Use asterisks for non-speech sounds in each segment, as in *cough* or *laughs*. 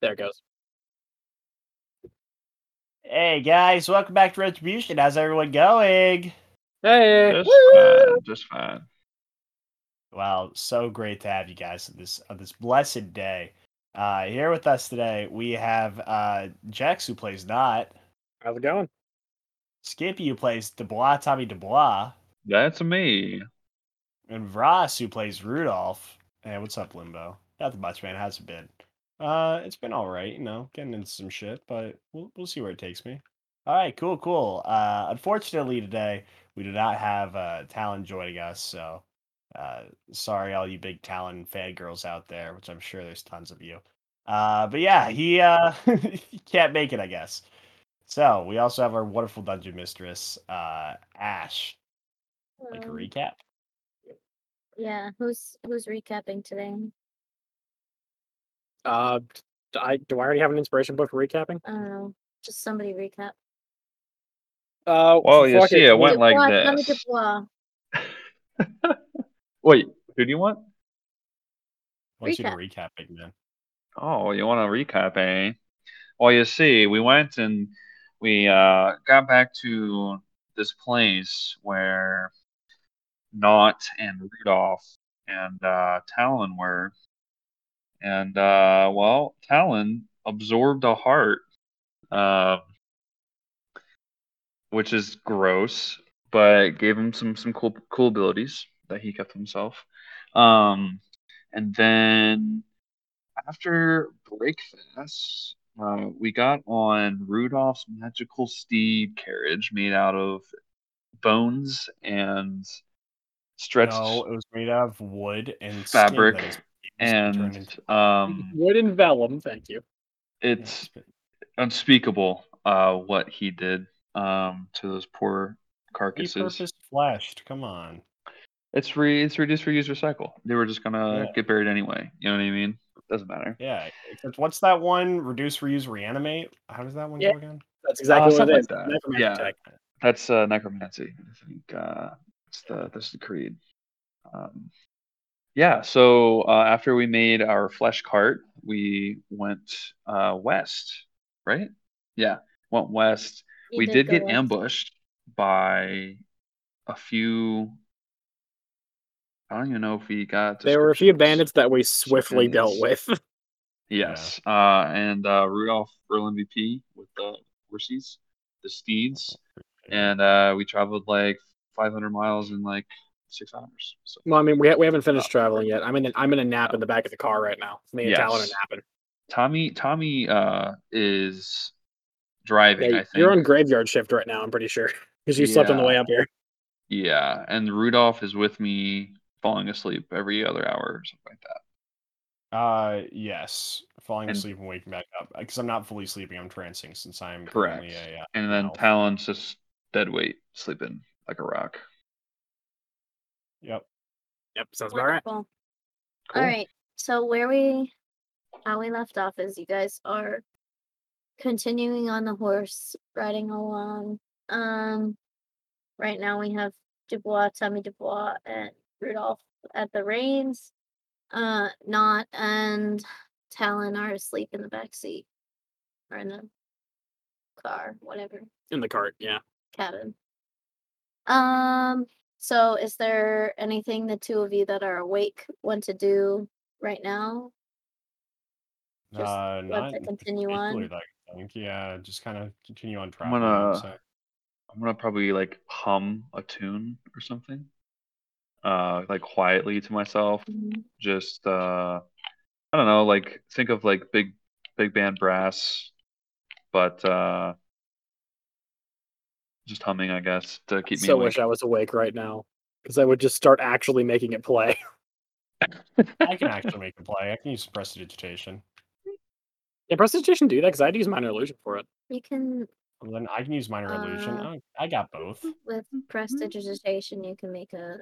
There it goes. Hey guys, welcome back to Retribution. How's everyone going? Hey. Just uh, fine. Just fine. Wow, so great to have you guys on this on this blessed day. Uh, here with us today, we have uh, Jax who plays Not, How's it going? Skippy who plays Dubois, Tommy Uh, Dubois, That's me. and Vross who plays Rudolph. Hey, what's up, Limbo? Nothing much, man. How's it been? Uh, it's been all right, you know, getting into some shit, but we'll we'll see where it takes me. All right, cool, cool. Uh, unfortunately today we do not have uh Talon joining us, so uh, sorry all you big Talon fangirls out there, which I'm sure there's tons of you. Uh, but yeah, he uh *laughs* he can't make it, I guess. So we also have our wonderful dungeon mistress, uh, Ash. Like a Um, recap. yeah, who's who's recapping today? Uh, d- I do I already have an inspiration book for recapping? I don't know. Um, Just somebody recap. Uh, Well, you fuck see, it went like Dubois, Tommy this. Dubois. Wait, who do you want? What's your recapping, man? Oh, you want a recap, eh? Well, you see, we went and we uh, got back to this place where Knot and Rudolph and uh, Talon were. And, uh, well, Talon absorbed a heart, uh, which is gross, but gave him some, some cool, cool abilities that he kept himself. Um, and then after breakfast, uh, we got on Rudolph's magical steed carriage made out of bones and stretched No, it was made out of wood and skin that Fabric is used and turned and into- um, Wood and vellum. Thank you. it's *laughs* Yeah, unspeakable uh, what he did um, to those poor carcasses. repurposed fleshed. Come on. It's re it's reduce, reuse, recycle. They were just gonna Yeah. get buried anyway. You know what I mean? Doesn't matter. Yeah. Except what's that one? Reduce, reuse, reanimate. How does that one Yeah. go again? That's exactly what it something like is. that. Necromantic Yeah. attack. That's uh, necromancy. I think uh, that's the that's the creed. Um, yeah. So uh, after we made our flesh cart, we went uh, west, right? Yeah, went west. You we did go get with- ambushed by a few. I don't even know if we got. There were a few descriptions. bandits that we swiftly dealt with. Yes, uh, and uh, Rudolph Earl MVP with the horses, the steeds, and uh, we traveled like 500 miles in like six hours. So *laughs* well, I mean, we, ha- we haven't Oh. finished traveling yet. I'm in I'm in a nap in the back of the car right now. Me and Yes. Talon are napping. Tommy, Tommy uh, is driving. Yeah, I think you're on graveyard shift right now. I'm pretty sure *laughs* because you slept on the Yeah. way up here. Yeah, and Rudolph is with me, falling asleep every other hour or something like that. Uh, yes. Falling And- asleep and waking back up because I'm not fully sleeping. I'm trancing since I'm Correct. currently a, uh, And then Wow. Talon's just dead weight, sleeping like a rock. yep. Yep, sounds about right. Wonderful. Cool. All right. So where we how we left off is you guys are continuing on the horse, riding along. Um right now we have Dubois, Tommy Dubois, and Rudolph at the reins. Uh Not and Talon are asleep in the back seat. Or in the car, whatever In the cart, yeah. cabin. Um, so is there anything the two of you that are awake want to do right now? Just Uh, Want not to continue particularly on? that I think. Yeah, just kind of continue on I'm traveling. gonna- I would say. I'm gonna probably like hum a tune or something, uh, like quietly to myself. Mhm. Just uh, I don't know, like think of like big, big band brass, but uh, just humming, I guess, to keep me so awake. wish I was awake right now because I would just start actually making it play. *laughs* I *laughs* can actually make a play. I can use prestidigitation. Yeah, prestidigitation do that because I'd use minor illusion for it. You can And then I can use minor illusion. Uh, I, I got both. with prestidigitation you can make a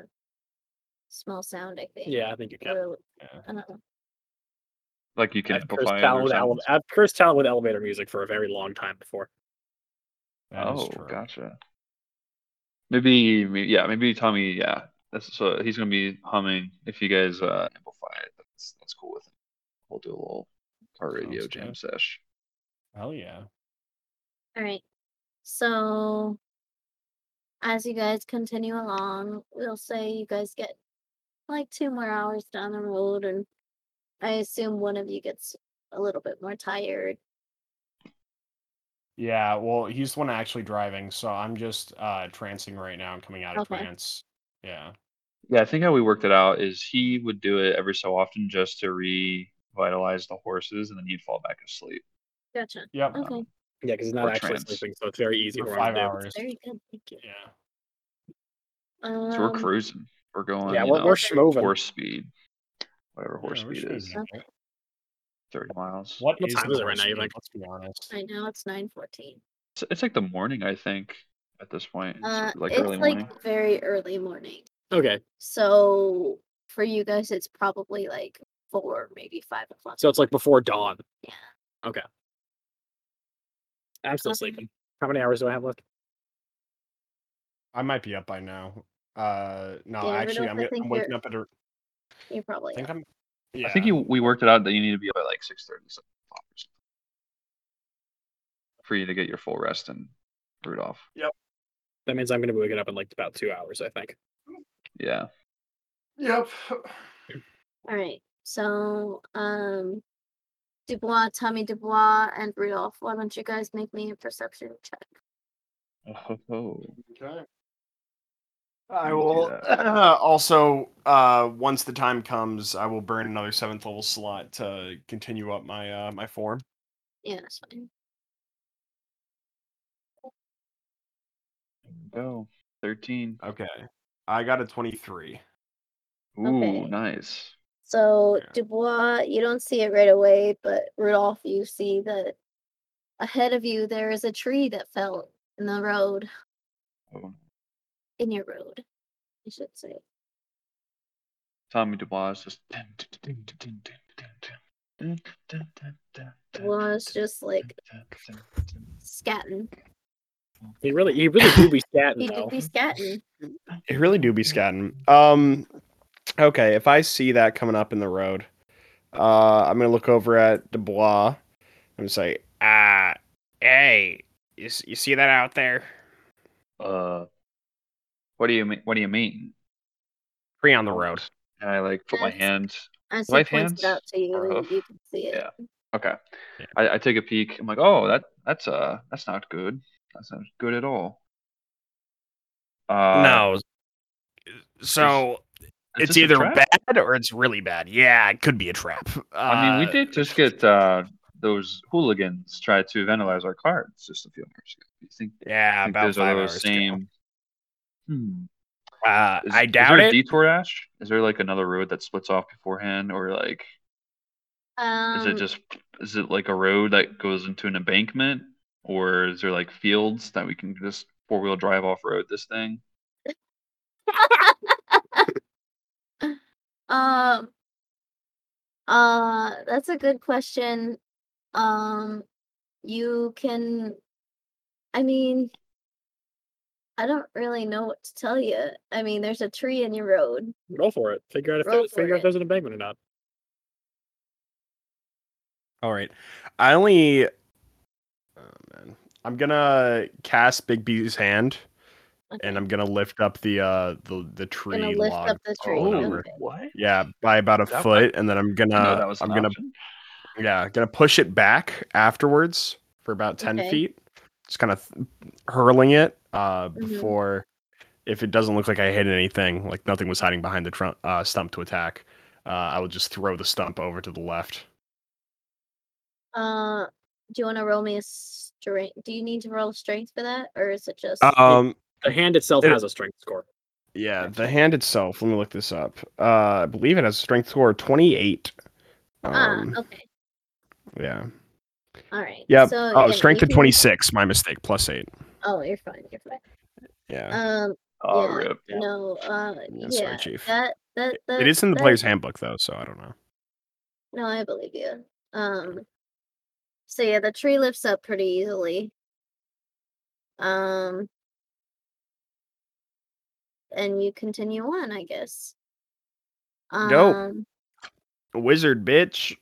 small sound, I think. Uh, Yeah, I think you can. Or, Yeah. I don't know. Like you can I've cursed, amplify it talent or with ele- something. I've cursed talent with elevator music for a very long time before. That is oh, true. gotcha. Maybe, may- yeah, maybe Tommy, yeah. That's so he's gonna be humming. If you guys uh, amplify it, that's that's cool with him. We'll do a little our radio Sounds jam good. sesh. Hell yeah. All right. So, as you guys continue along, we'll say you guys get like two more hours down the road, and I assume one of you gets a little bit more tired. Yeah, well, he's the one actually driving, so I'm just uh trancing right now. I'm coming out of Okay. trance. Yeah. Yeah, I think how we worked it out is he would do it every so often just to revitalize the horses, and then he'd fall back asleep. Gotcha. Yep. Okay. Yeah, because he's not Or actually trance. sleeping, so it's very easy For for him five to do. hours. Very good. Thank you. Yeah. Um, So we're cruising. We're going. Yeah, you we're, know, we're schmoving. horse speed, whatever Yeah, horse we're speed is, schmoozing, right? thirty miles. What, What is time the is it right horse now, you speed? think? Let's be honest. Right now it's nine fourteen. It's, it's like the morning, I think, at this point. It's Uh, Mm, like it's early like morning. very early morning. Okay, So for you guys, it's probably like four, maybe five o'clock. so it's like before dawn. Yeah. Okay. I'm still Um, sleeping. How many hours do I have left? I might be up by now. Uh no, Yeah, I don't know actually if I'm, I gonna- I'm think waking you're- up at a you probably I think up. I'm yeah. I think you, we worked it out that you need to be up at like six thirty, seven o'clock or something for you to get your full rest and Rudolph. That means I'm going to be waking up in like about two hours, I think. Yeah. Yep. All right. So, um, Dubois, Tommy Dubois, and Rudolph, why don't you guys make me a perception check? Oh, oh. Okay. I do will that. *clears throat* also uh once the time comes, I will burn another seventh level slot to continue up my uh my form. Yeah, that's fine. There we go. Thirteen. Okay. I got a twenty-three. Ooh, Okay. nice. So, Yeah. Dubois, you don't see it right away, but Rudolph, you see that ahead of you there is a tree that fell in the road, Oh. in your road, I should say. Tommy Dubois is just. dun, dun, dun, dun, dun, dun, dun, dun, dun, dun, dun, Dubois is dun, just like dun, dun, dun, scatting. He really, he *laughs* really do be He scatting did though. be scatting. dun. It really do be scatting. Um, okay, if I see that coming up in the road, uh, I'm gonna look over at Dubois. I'm gonna say, ah, hey, you, s- you see that out there? Uh, what do you mean? What do you mean? Tree on the road. And I like put my Yes. hand. As he Right hands points it out to you, or and hoof? you can see it. Yeah. Okay. Yeah. I, I take a peek. I'm like, oh, that that's uh, that's not good. That's not good at all. Uh, no. So so is it's this a either trap? bad or it's really bad. Yeah, it could be a trap. Uh, I mean, we did just get uh, those hooligans try to vandalize our cards just a few hours ago. You think, Yeah, think about those five are hours. those same? Hmm. Uh, Is- I is there doubt a it. Detour Ash? Is there like another road that splits off beforehand, or like Um, is it just is it like a road that goes into an embankment, or is there like fields that we can just four wheel drive off road this thing? Um uh that's a good question. Um you can I mean I don't really know what to tell you. I mean there's a tree in your road. Roll for it. Figure out if Roll there, for figure out it. if there's an embankment or not. All right. I only. Oh, man. I'm gonna cast Big B's hand, and I'm gonna lift up the uh the the Okay, tree lift log. up the tree. all over. Okay. Oh, what? Yeah, by about a That- foot, and then I'm gonna no, that was I'm an gonna option. yeah gonna push it back afterwards for about ten Okay. feet. Just kind of th- hurling it uh Mhm. before if it doesn't look like I hit anything, like nothing was hiding behind the trunk uh, stump to attack. Uh, I will just throw the stump over to the left. Uh do you want to roll me a strength? Do you need to roll strength for that or is it just Ah, Um, The hand itself It- has a strength score. Yeah, the hand itself. Let me look this up. Uh, I believe it has a strength score of 28. ah, Um, okay. yeah. All right. Yeah. So oh, yeah, strength to you can- 26. My mistake. Plus eight. Oh, you're fine. You're fine. Yeah. Um Oh, Yeah. rip. Yeah. no uh Yeah, yeah, sorry, Chief. that that, that it is in the Uh, that- player's handbook though, so I don't know. No, I believe you. Um, so yeah, the tree lifts up pretty easily. Um, and you continue on, I guess. Um, Dope. Wizard bitch.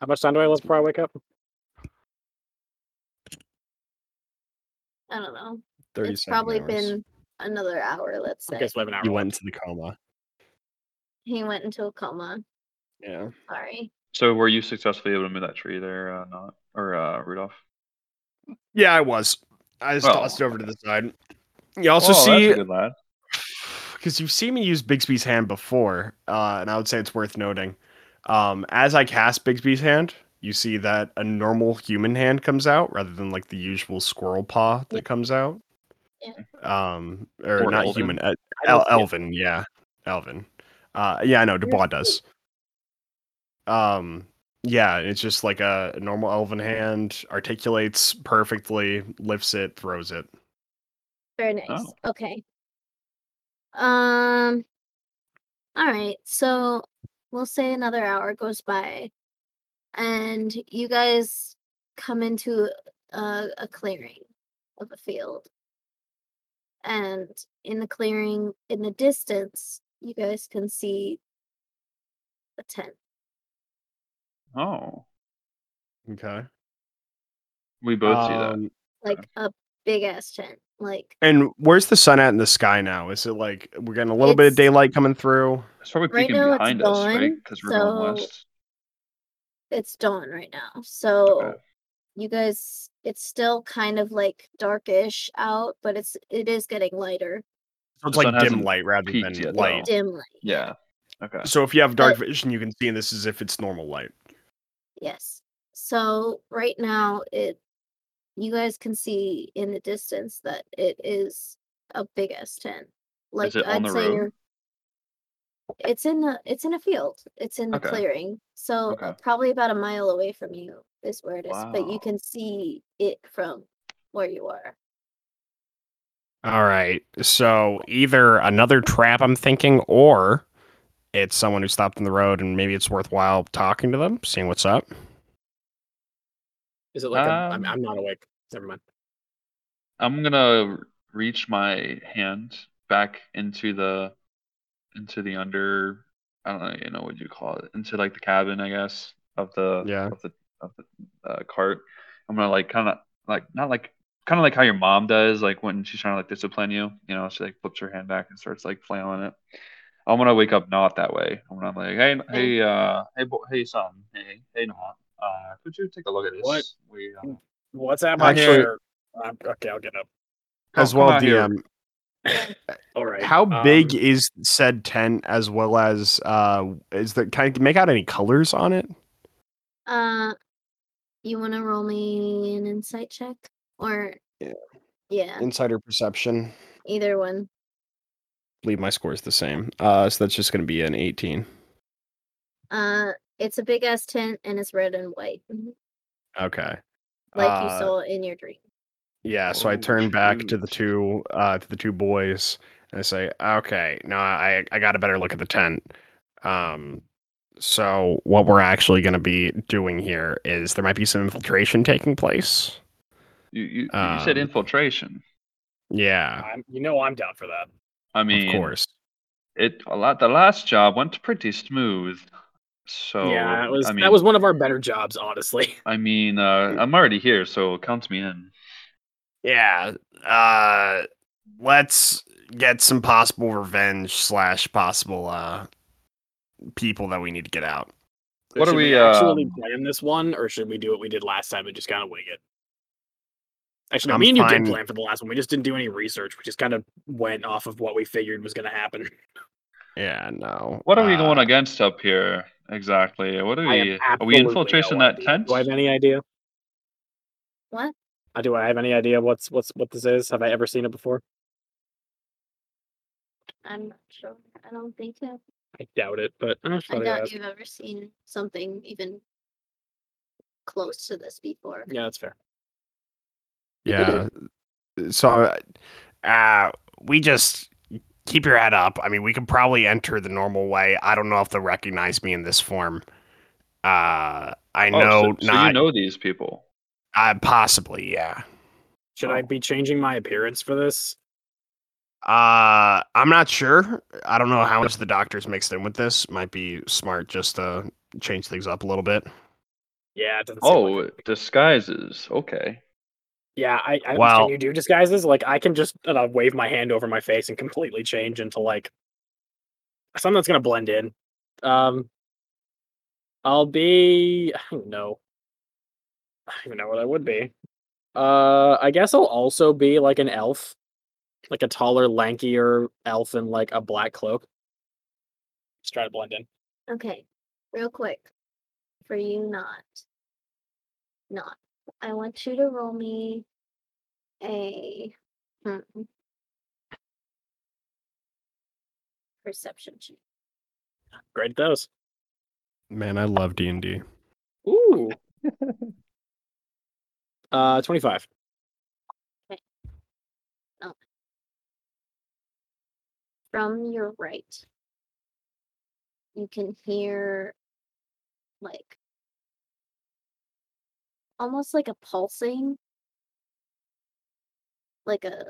How much time do I have before I wake up? I don't know. 30 It's probably been another hour, let's say. Okay, so I have an hour. You went into the coma. He went into a coma. Yeah. Sorry. So were you successfully able to move that tree there, uh, not or uh, Rudolph? Yeah, I was. I just Oh. tossed it over to the side. You also Oh, that's see a good lad. because you've seen me use Bigsby's hand before, uh, and I would say it's worth noting. Um, as I cast Bigsby's hand, you see that a normal human hand comes out rather than like the usual squirrel paw that comes out. Yeah. Um, or, Or not elven. human, uh, I don't see El- it. Elvin. Yeah, Elvin. Uh, yeah, I know. Dubois does. Um, yeah, it's just like a normal Elvin hand articulates perfectly, lifts it, throws it. Very nice. Okay. Um all right, so we'll say another hour goes by and you guys come into a, a clearing of a field. And in the clearing in the distance, you guys can see a tent. Oh, Okay. we both see that. Um, Like a big ass tent. Like And where's the sun at in the sky now? Is it like we're getting a little bit of It's- daylight coming through? It's probably right peeking now it's behind us, right? gone, Because we're going so- west. it's dawn right now. So you guys it's still kind of like darkish out but it's it is getting lighter So it's The sun like dim hasn't light rather than peaked yet, light. dim light Yeah. Okay. So if you have dark vision, you can see this as if it's normal light. yes so right now it you guys can see in the distance that it is a big ass tent like it on the road? you're it's in the it's in a field it's in the Okay. clearing so Okay. probably about a mile away from you is where it is but Wow. you can see it from where you are All right. So either another trap, I'm thinking, or it's someone who stopped on the road and maybe it's worthwhile talking to them, seeing what's up. Is it like a, Um, I'm, I'm not awake. Never mind. I'm gonna reach my hand back into the into the under I don't know, you know what you call it into like the cabin I guess of the Yeah. of the of the uh, cart. I'm gonna like kind of like not like kind of like how your mom does like when she's trying to like discipline you you know she like flips her hand back and starts like flailing it. I'm gonna wake up not that way. I'm gonna be like hey hey uh hey bo- hey son hey hey not uh could you take a look at this What? Hmm. we uh, What's happening Actually- here? Um, okay, I'll get up. As Oh, come well, out here. DM, All right. how um, big is said tent as well as uh is there can I make out any colors on it? Uh, you want to roll me an insight check or Yeah. yeah, Insider perception. either one. believe my score is the same. Uh, so that's just going to be an 18. Uh, it's a big ass tent and it's red and white, mhm, Okay. like Uh, you saw in your dream. Yeah. So I Oh, turn back to the shoot. two uh, to the two boys and I say, "Okay, no, I I got a better look at the tent. Um, so what we're actually going to be doing here is there might be some infiltration taking place. You you, you Um, said infiltration. Yeah, I'm, you know I'm down for that. I mean, of course. it a lot. The last job went pretty smooth. So yeah, it was, Oh, I mean, that was one of our better jobs, honestly. I mean, uh, I'm already here, so count me in. Yeah. Uh, let's get some possible revenge slash possible uh people that we need to get out. What should are we we, actually um, plan this one, or should we do what we did last time and just kind of wing it? Actually, no, I'm me and you fine- did plan for the last one. We just didn't do any research. We just kind of went off of what we figured was going to happen. Yeah, no. What are we uh, going against up here exactly? What Hmm. are I am we? Are we absolutely infiltrating no that idea. tent? Do I have any idea? What? Uh, Do I have any idea what's what's what this is? Have I ever seen it before? I'm not sure. I don't think so. I doubt it, but I just I thought I'd doubt ask. you've ever seen something even close to this before. Yeah, that's fair. Yeah. So, uh, we just keep your head up. I mean, we can probably enter the normal way. I don't know if they'll recognize me in this form. Uh, I Oh, know so, so not. you know these people. uh, possibly, yeah. Should I Oh. be changing my appearance for this? Uh, I'm not sure. I don't know how much the doctor's mixed in with this. Might be smart just to change things up a little bit. Yeah, it doesn't. seem like Oh, it. disguises. Okay. yeah. I, I Wow. wow. you do disguises. Like I can just uh, wave my hand over my face and completely change into like something that's gonna blend in. Um, I'll be. I don't know. I don't even know what I would be. Uh, I guess I'll also be like an elf, like a taller, lankier elf in like a black cloak. Just try to blend in. Okay, real quick. For you not. Not. I want you to roll me a hmm, perception check. Great at those. Man, I love D and D. Ooh. uh, twenty-five. From your right, you can hear like almost like a pulsing, like a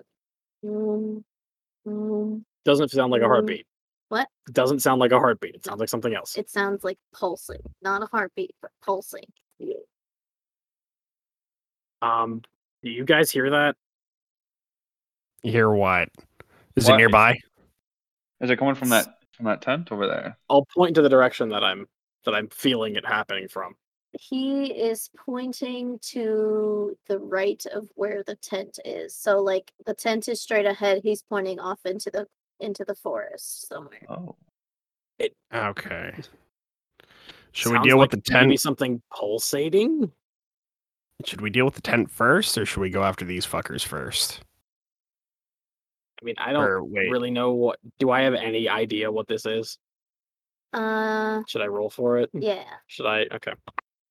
vroom, vroom. Doesn't sound like a Mm. heartbeat. What? Doesn't sound like a heartbeat. It sounds like something else. It sounds like pulsing, not a heartbeat, but pulsing. Um, do you guys hear that? You hear what? Is What? it nearby? Is it coming from that from that tent over there? I'll point to the direction that I'm that I'm feeling it happening from. He is pointing to the right of where the tent is. So like the tent is straight ahead. He's pointing off into the into the forest somewhere. Oh. Okay. Should Sounds we deal like with the Maybe tent? something pulsating. Should we deal with the tent first, or should we go after these fuckers first? I mean, I don't or wait, really know what. Do I have any idea what this is? Uh Should I roll for it? yeah. Should I? Okay.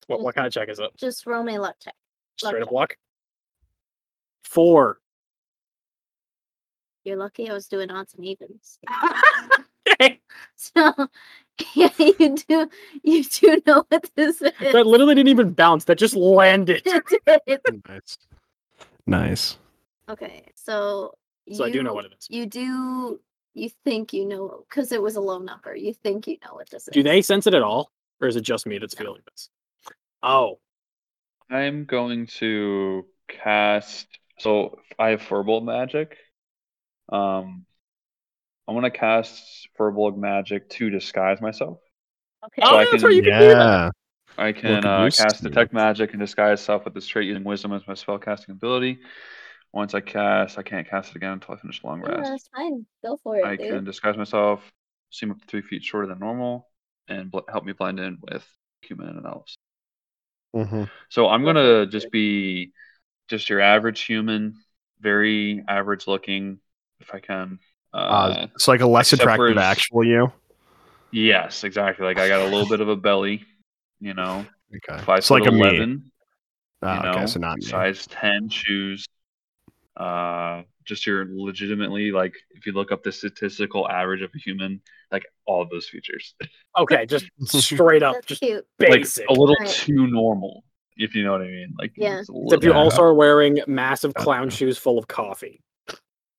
What what kind of check is it? Just roll me a Mm. luck check. Straight Luck up luck. Four. You're lucky I was doing odds *laughs* and evens. *laughs* so yeah, you do you do know what this is. that literally didn't even bounce. That just *laughs* landed. *laughs* *laughs* nice, nice. okay, so So I do know what it is. you do you think you know because it was a low number. You think you know what this is. Do they sense it at all, or is it just me that's feeling this? Oh, I'm going to cast. So I have Firbolg magic. Um, I'm gonna cast Firbolg magic to disguise myself. Okay. oh, I that's can- right. You can do that. Yeah, I can could uh, you cast see detect it? magic and disguise self with this trait using wisdom as my spell casting ability. Once I cast, I can't cast it again until I finish a long Yeah, rest. Oh, that's fine. Go for it, I dude. can disguise myself, seem up to three feet shorter than normal, and bl- help me blend in with human and elves. mm-hmm. So I'm gonna just be just your average human, very average looking, if I can. Uh, uh, it's like a less except for attractive his- actual you. yes, exactly. Like I got a little bit of a belly, *laughs* you know, Okay, five it's like foot a me. eleven. Ah, you know, okay, so not me. size 10 shoes. Uh, just your legitimately, like, if you look up the statistical average of a human, like, all of those features. *laughs* Okay, just straight up, That's just cute. basic. Like, a little Right. too normal, if you know what I mean. Like, Yeah. it's a little- Except you Yeah. also are wearing massive clown Okay. shoes full of coffee.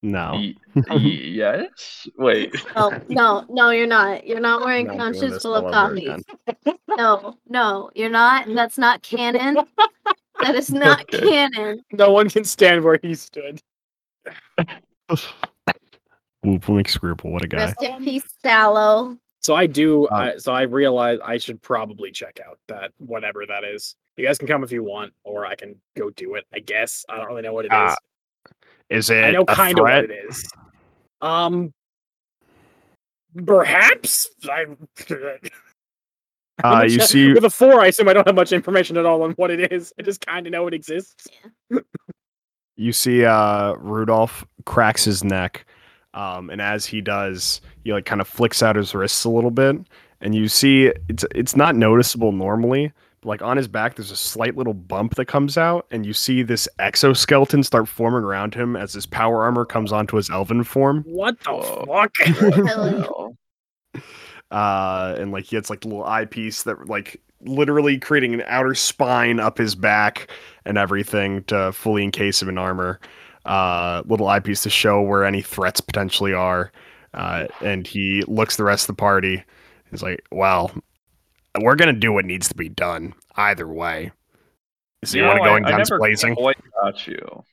No, Y- *laughs* y- yes? *laughs* Wait. Oh no, no, you're not. You're not wearing Not doing conscious this full of all over coffee. again. No, no, you're not. and That's not canon. That is not Okay. canon. No one can stand where he stood. Whoop McScruple, what a guy. Rest in peace, Sallow. So I do. Uh, I so I realize I should probably check out that whatever that is. You guys can come if you want, or I can go do it. I guess I don't really know what it is. Ah, Is it I know a kind of threat? what it is. Um, perhaps I. *laughs* Uh, *laughs* you see, with a four, I assume I don't have much information at all on what it is. I just kind of know it exists. you see uh Rudolph cracks his neck. Um and as he does, he like kind of flicks out his wrists a little bit and you see it's it's not noticeable normally, but like on his back there's a slight little bump that comes out and you see this exoskeleton start forming around him as his power armor comes onto his elven form. What the Whoa. fuck? What the Hell *laughs* yeah. hell? Uh and like he gets like the little eyepiece that like literally creating an outer spine up his back and everything to fully encase him in armor. Uh, little eyepiece to show where any threats potentially are. Uh, and he looks the rest of the party. He's like, "Wow, We're gonna do what needs to be done either way. So you know, want to I- go in I guns never *laughs* blazing? Quite *laughs* got you.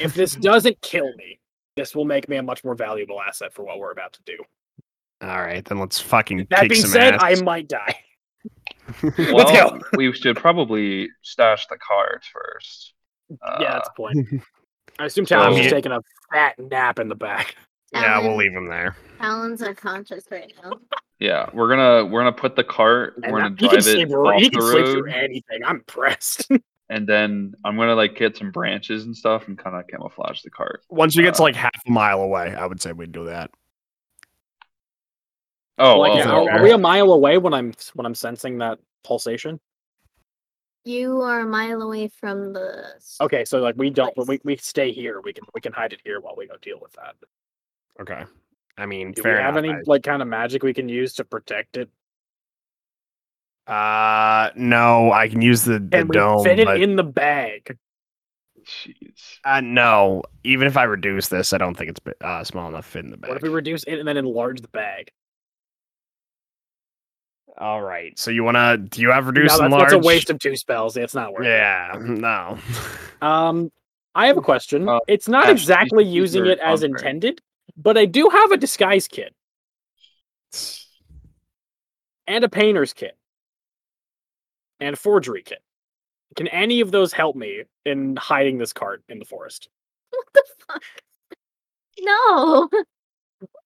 If this doesn't kill me, this will make me a much more valuable asset for what we're about to do. All right, then let's fucking That kick being some said, ass. I might die. Let's Well, we should probably stash the cards first. yeah, Uh, that's a point. I assume Talon's so- just taking a fat nap in the back. yeah, we'll Alan- leave him there. Alan's unconscious right now. Yeah, we're gonna we're gonna put the cart. And we're gonna that- he can drive it sleep, r- off he the can sleep through road, anything. I'm impressed. and then I'm gonna like get some branches and stuff and kind of camouflage the cart. Once we get to Uh, like half a mile away, I would say we'd do that. Oh, like, oh, yeah, are, okay. are we a mile away when I'm when I'm sensing that pulsation? You are a mile away from the. s- Okay, so like we don't, we, we stay here. We can we can hide it here while we go deal with that. Okay. I mean, Do fair we have enough. any like kind of magic we can use to protect it? I- uh, no, I can use the, the Can we dome. fit it but- in the bag? Jeez. uh, no, even if I reduce this, I don't think it's bi- uh, small enough to fit in the bag. What if we reduce it and then enlarge the bag? All right. So you wanna? Do you have No, reduce that's, and that's large? a waste of two spells. It's *laughs* not worth it. yeah. No. *laughs* Um, I have a question. Uh, it's not Ash, these- exactly these using are it as unfair. intended, but I do have a disguise kit and a painter's kit and a forgery kit. Can any of those help me in hiding this cart in the forest? What the fuck? *laughs* No,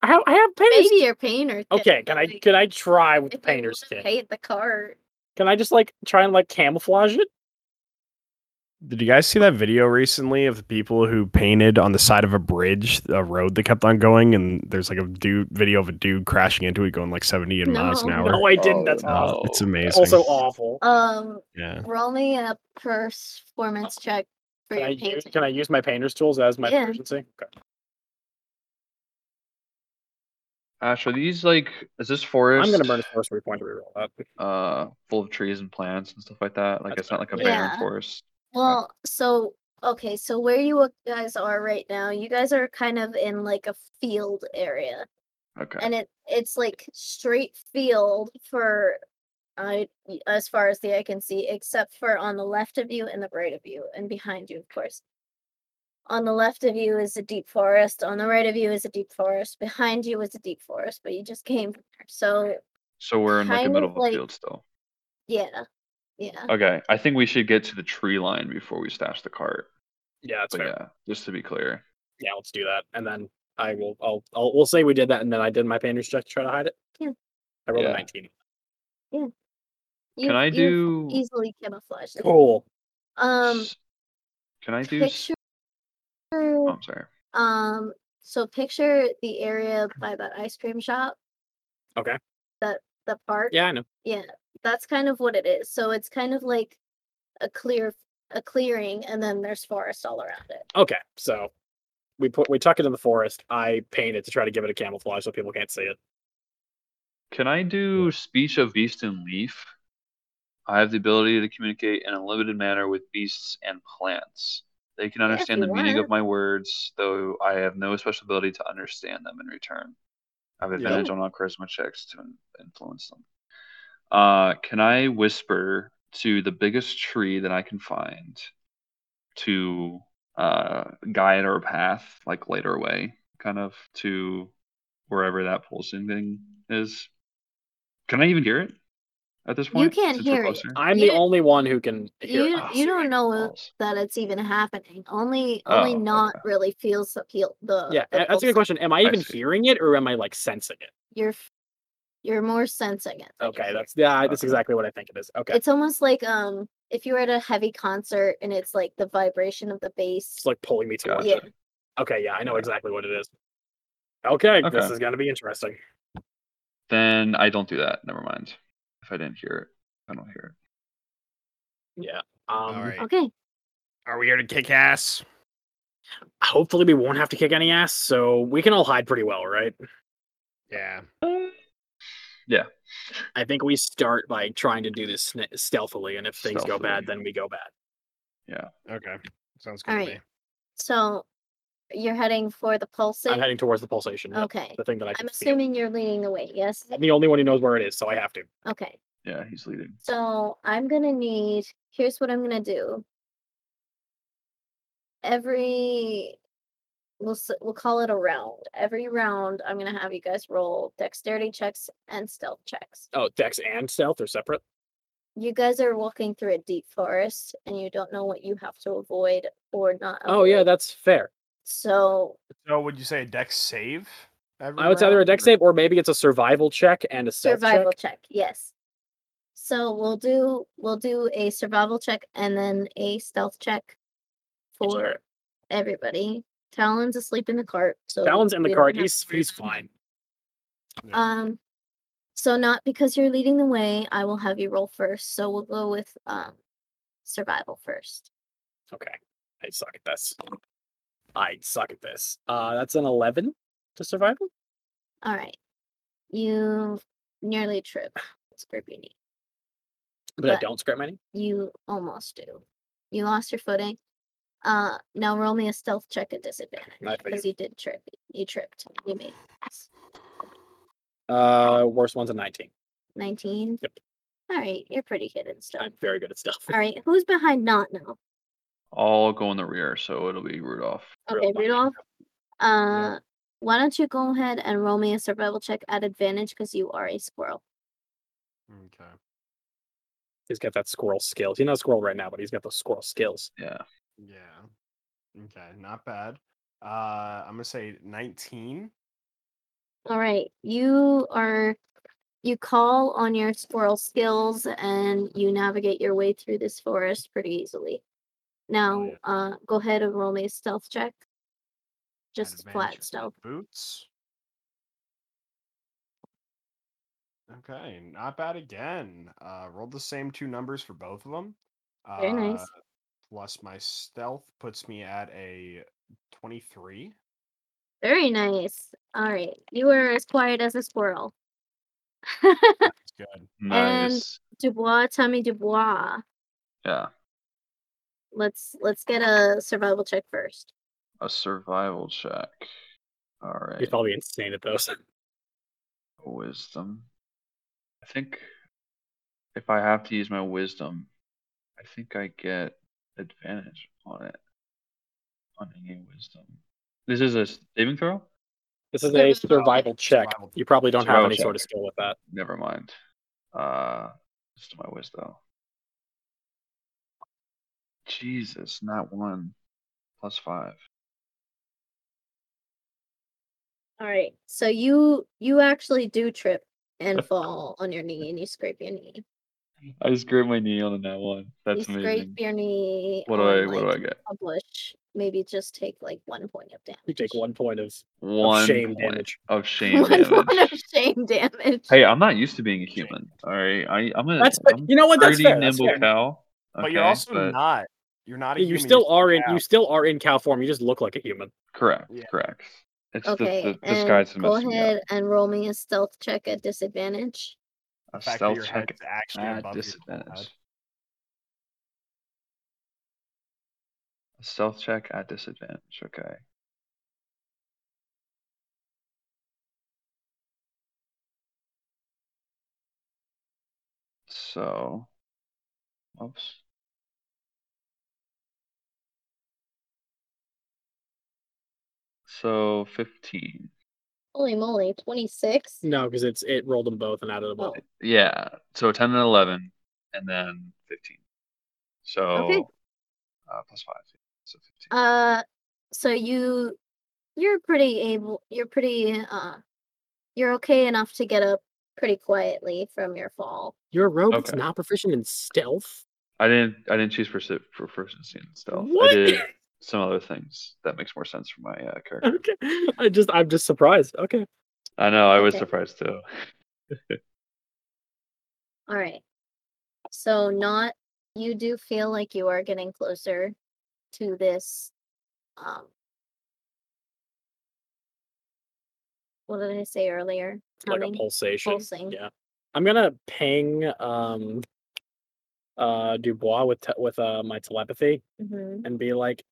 I have, I have painter's. maybe your painter. Okay, can I can I try with the painter's kit? Paint the cart. Can I just like try and like camouflage it? Did you guys see that video recently of the people who painted on the side of a bridge, a road that kept on going, and there's like a dude video of a dude crashing into it, going like 70 in miles an No. hour. No, I didn't. That's Oh, awful. no. it's amazing. Also awful. Um, yeah. roll me a performance check for Oh, Can I, your use, painting. can I uh use my painter's tools as my Yeah. proficiency? Okay. Ash, are these like is this forest? I'm gonna burn a sorcery point to reroll that. Uh, full of trees and plants and stuff like that. Like That's it's not like a fair. barren Yeah. forest. Well, so okay, so where you guys are right now, you guys are kind of in like a field area, Okay. and it it's like straight field for I as far as the eye can see, except for on the left of you and the right of you, and behind you, of course. On the left of you is a deep forest. On the right of you is a deep forest. Behind you is a deep forest, but you just came from there. So So we're in like the kind middle of, of a like- field still. yeah, yeah. Okay, I think we should get to the tree line before we stash the cart. Yeah, that's But fair. yeah, just to be clear. Yeah. let's do that. And then I will. I'll, I'll. We'll say we did that, and then I did my painter's check to try to hide it. Yeah. I rolled a Yeah. 19. You, Can I you've do? easily camouflage? it. Cool. Um, s- Can I do? s- picture. Oh, I'm sorry. Um, so picture the area by that ice cream shop. Okay. That the park. Yeah, I know. Yeah. That's kind of what it is. So it's kind of like a clear a clearing and then there's forest all around it. Okay, so we put we tuck it in the forest. I paint it to try to give it a camouflage so people can't see it. Can I do speech of beast and leaf? I have the ability to communicate in a limited manner with beasts and plants. They can if understand you the meaning want. of my words, though I have no special ability to understand them in return. I have Yeah. advantage on all charisma checks to in- influence them. Uh, can I whisper to the biggest tree that I can find to uh, guide our path, like later away, kind of to wherever that pulsing thing is? Can I even hear it at this point? can since we're hear it. closer? I'm You- the only one who can hear. You it. you don't know Balls. that it's even happening. Only Oh, only not really feels the feel the *sighs* Yeah, the a- that's a good pulse. question. Am I I even see. hearing it, or am I like sensing it? You're f- you're more sensing it. than you're Okay, that's yeah, that's Okay. exactly what I think it is. Okay, It's almost like um if you were at a heavy concert and it's like the vibration of the bass. it's like pulling me towards Yeah. it. Okay, yeah, I know Yeah. exactly what it is. Okay, this Okay. is gonna be interesting. Then I don't do that. Never mind. If I didn't hear it, I don't hear it. Yeah. Um. All right. Okay. Are we here to kick ass? Hopefully, we won't have to kick any ass, so we can all hide pretty well, right? Yeah. Uh. I think we start by trying to do this sne- stealthily, and if things go bad, Stealthily. then we go bad. Okay. Sounds good. All To right. So you're heading for the pulsing. I'm heading towards the pulsation. yeah, okay. The thing that I I'm can feel. assuming you're leading the way. Yes. I'm the only one who knows where it is, so I have to. Okay. Yeah, he's leading. So I'm gonna need. Here's what I'm gonna do. Every, we'll s- we'll call it a round. Every round, I'm gonna have you guys roll dexterity checks and stealth checks. Oh, Dex and Stealth are separate. You guys are walking through a deep forest, and you don't know what you have to avoid or not. Oh yeah, avoid. that's fair. So So would you say a deck save? every Oh, it's either a round, deck or- save or maybe it's a survival check and a stealth survival check. check. Yes. So we'll do we'll do a survival check and then a stealth check for everybody. Talon's asleep in the cart. So Talon's in the we don't cart. have- He's he's fine. Yeah. um so not because you're leading the way, I will have you roll first. So we'll go with um survival first. Okay, I suck at this. I suck at this. Uh, that's an eleven to survival. All right. You nearly trip. Scrape your knee. But I But- don't scrap my knee. You almost do. You lost your footing. Uh, now roll me a stealth check at disadvantage I figured. because you did trip. You tripped. You made yes. Uh, worst one's a nineteen. nineteen. Yep. All right, you're pretty hidden still. I'm very good at stealth. All right, who's behind? Not now. I'll go in the rear, so it'll be Rudolph. Okay, Rudolph. Rudolph. Uh, why don't you go ahead and roll me a survival check at advantage because you are a squirrel. Okay. He's got that squirrel skills. He's not a squirrel right now, but he's got those squirrel skills. Yeah. Yeah. Okay. Not bad. Uh, I'm gonna say 19. All right, you are. You call on your squirrel skills and you navigate your way through this forest pretty easily. Now, yeah. uh, go ahead and roll me a stealth check. Just Advantage with my flat stealth. Boots. Okay, not bad again. Uh, rolled the same two numbers for both of them. Uh, Very nice. Plus my stealth puts me at a 23. Very nice. All right, you are as quiet as a squirrel. *laughs* That's good. Nice. Dubois, Tommy Dubois. Yeah. Let's let's get a survival check first. A survival check. All right. He's probably insane at those. *laughs* Wisdom. I think if I have to use my wisdom, I think I get advantage on it. On any wisdom. This is a saving throw? This is a Survival. survival check. Survival. You probably don't have Survival any check. sort of skill with that. Never mind. Uh, this is my wisdom. Jesus, not one. Plus five. All right. So you you actually do trip and fall on your knee and you scrape your knee. I just scraped my knee on that one. That's you amazing. scrape your knee. What do on, I what do I like, get? A bush. Maybe just take like one point of damage. You take one point of One shame point *laughs* damage. of shame *laughs* One point damage. of shame damage. Hey, I'm not used to being a human. All right, I, I'm a That's I'm but you know what? That's pretty fair. That's nimble fair. cow. but you're okay, also but- not. You're not a You human, still you're are in just a you cat. still are in cow form. You just look like a human. correct. Yeah. Correct. It's Okay. the, the and disguise is go messing me up. ahead and roll me a stealth check at disadvantage. A The fact that stealth your check head's actually Ah, at above your Ah, disadvantage. head. A stealth check at disadvantage. Okay. So, oops. So fifteen. Holy moly, twenty six. No, because it's it rolled them both and out of the both. Oh. Yeah. So ten and eleven, and then fifteen. So uh, plus five. So fifteen. Uh, so you you're pretty able you're pretty uh you're okay enough to get up pretty quietly from your fall You're a rogue that's Okay. not proficient in stealth. *laughs* I didn't. I didn't choose persi- for proficiency in stealth. What? I did some other things that makes more sense for my uh, character. okay. I just I'm just surprised. Okay. I know. I was Okay. surprised too. all right so not you do feel like you are getting closer to this um what did i say earlier Like a Humming? pulsation. pulsing. Yeah. I'm gonna ping um uh Dubois with te- with uh my telepathy Mhm. and be like,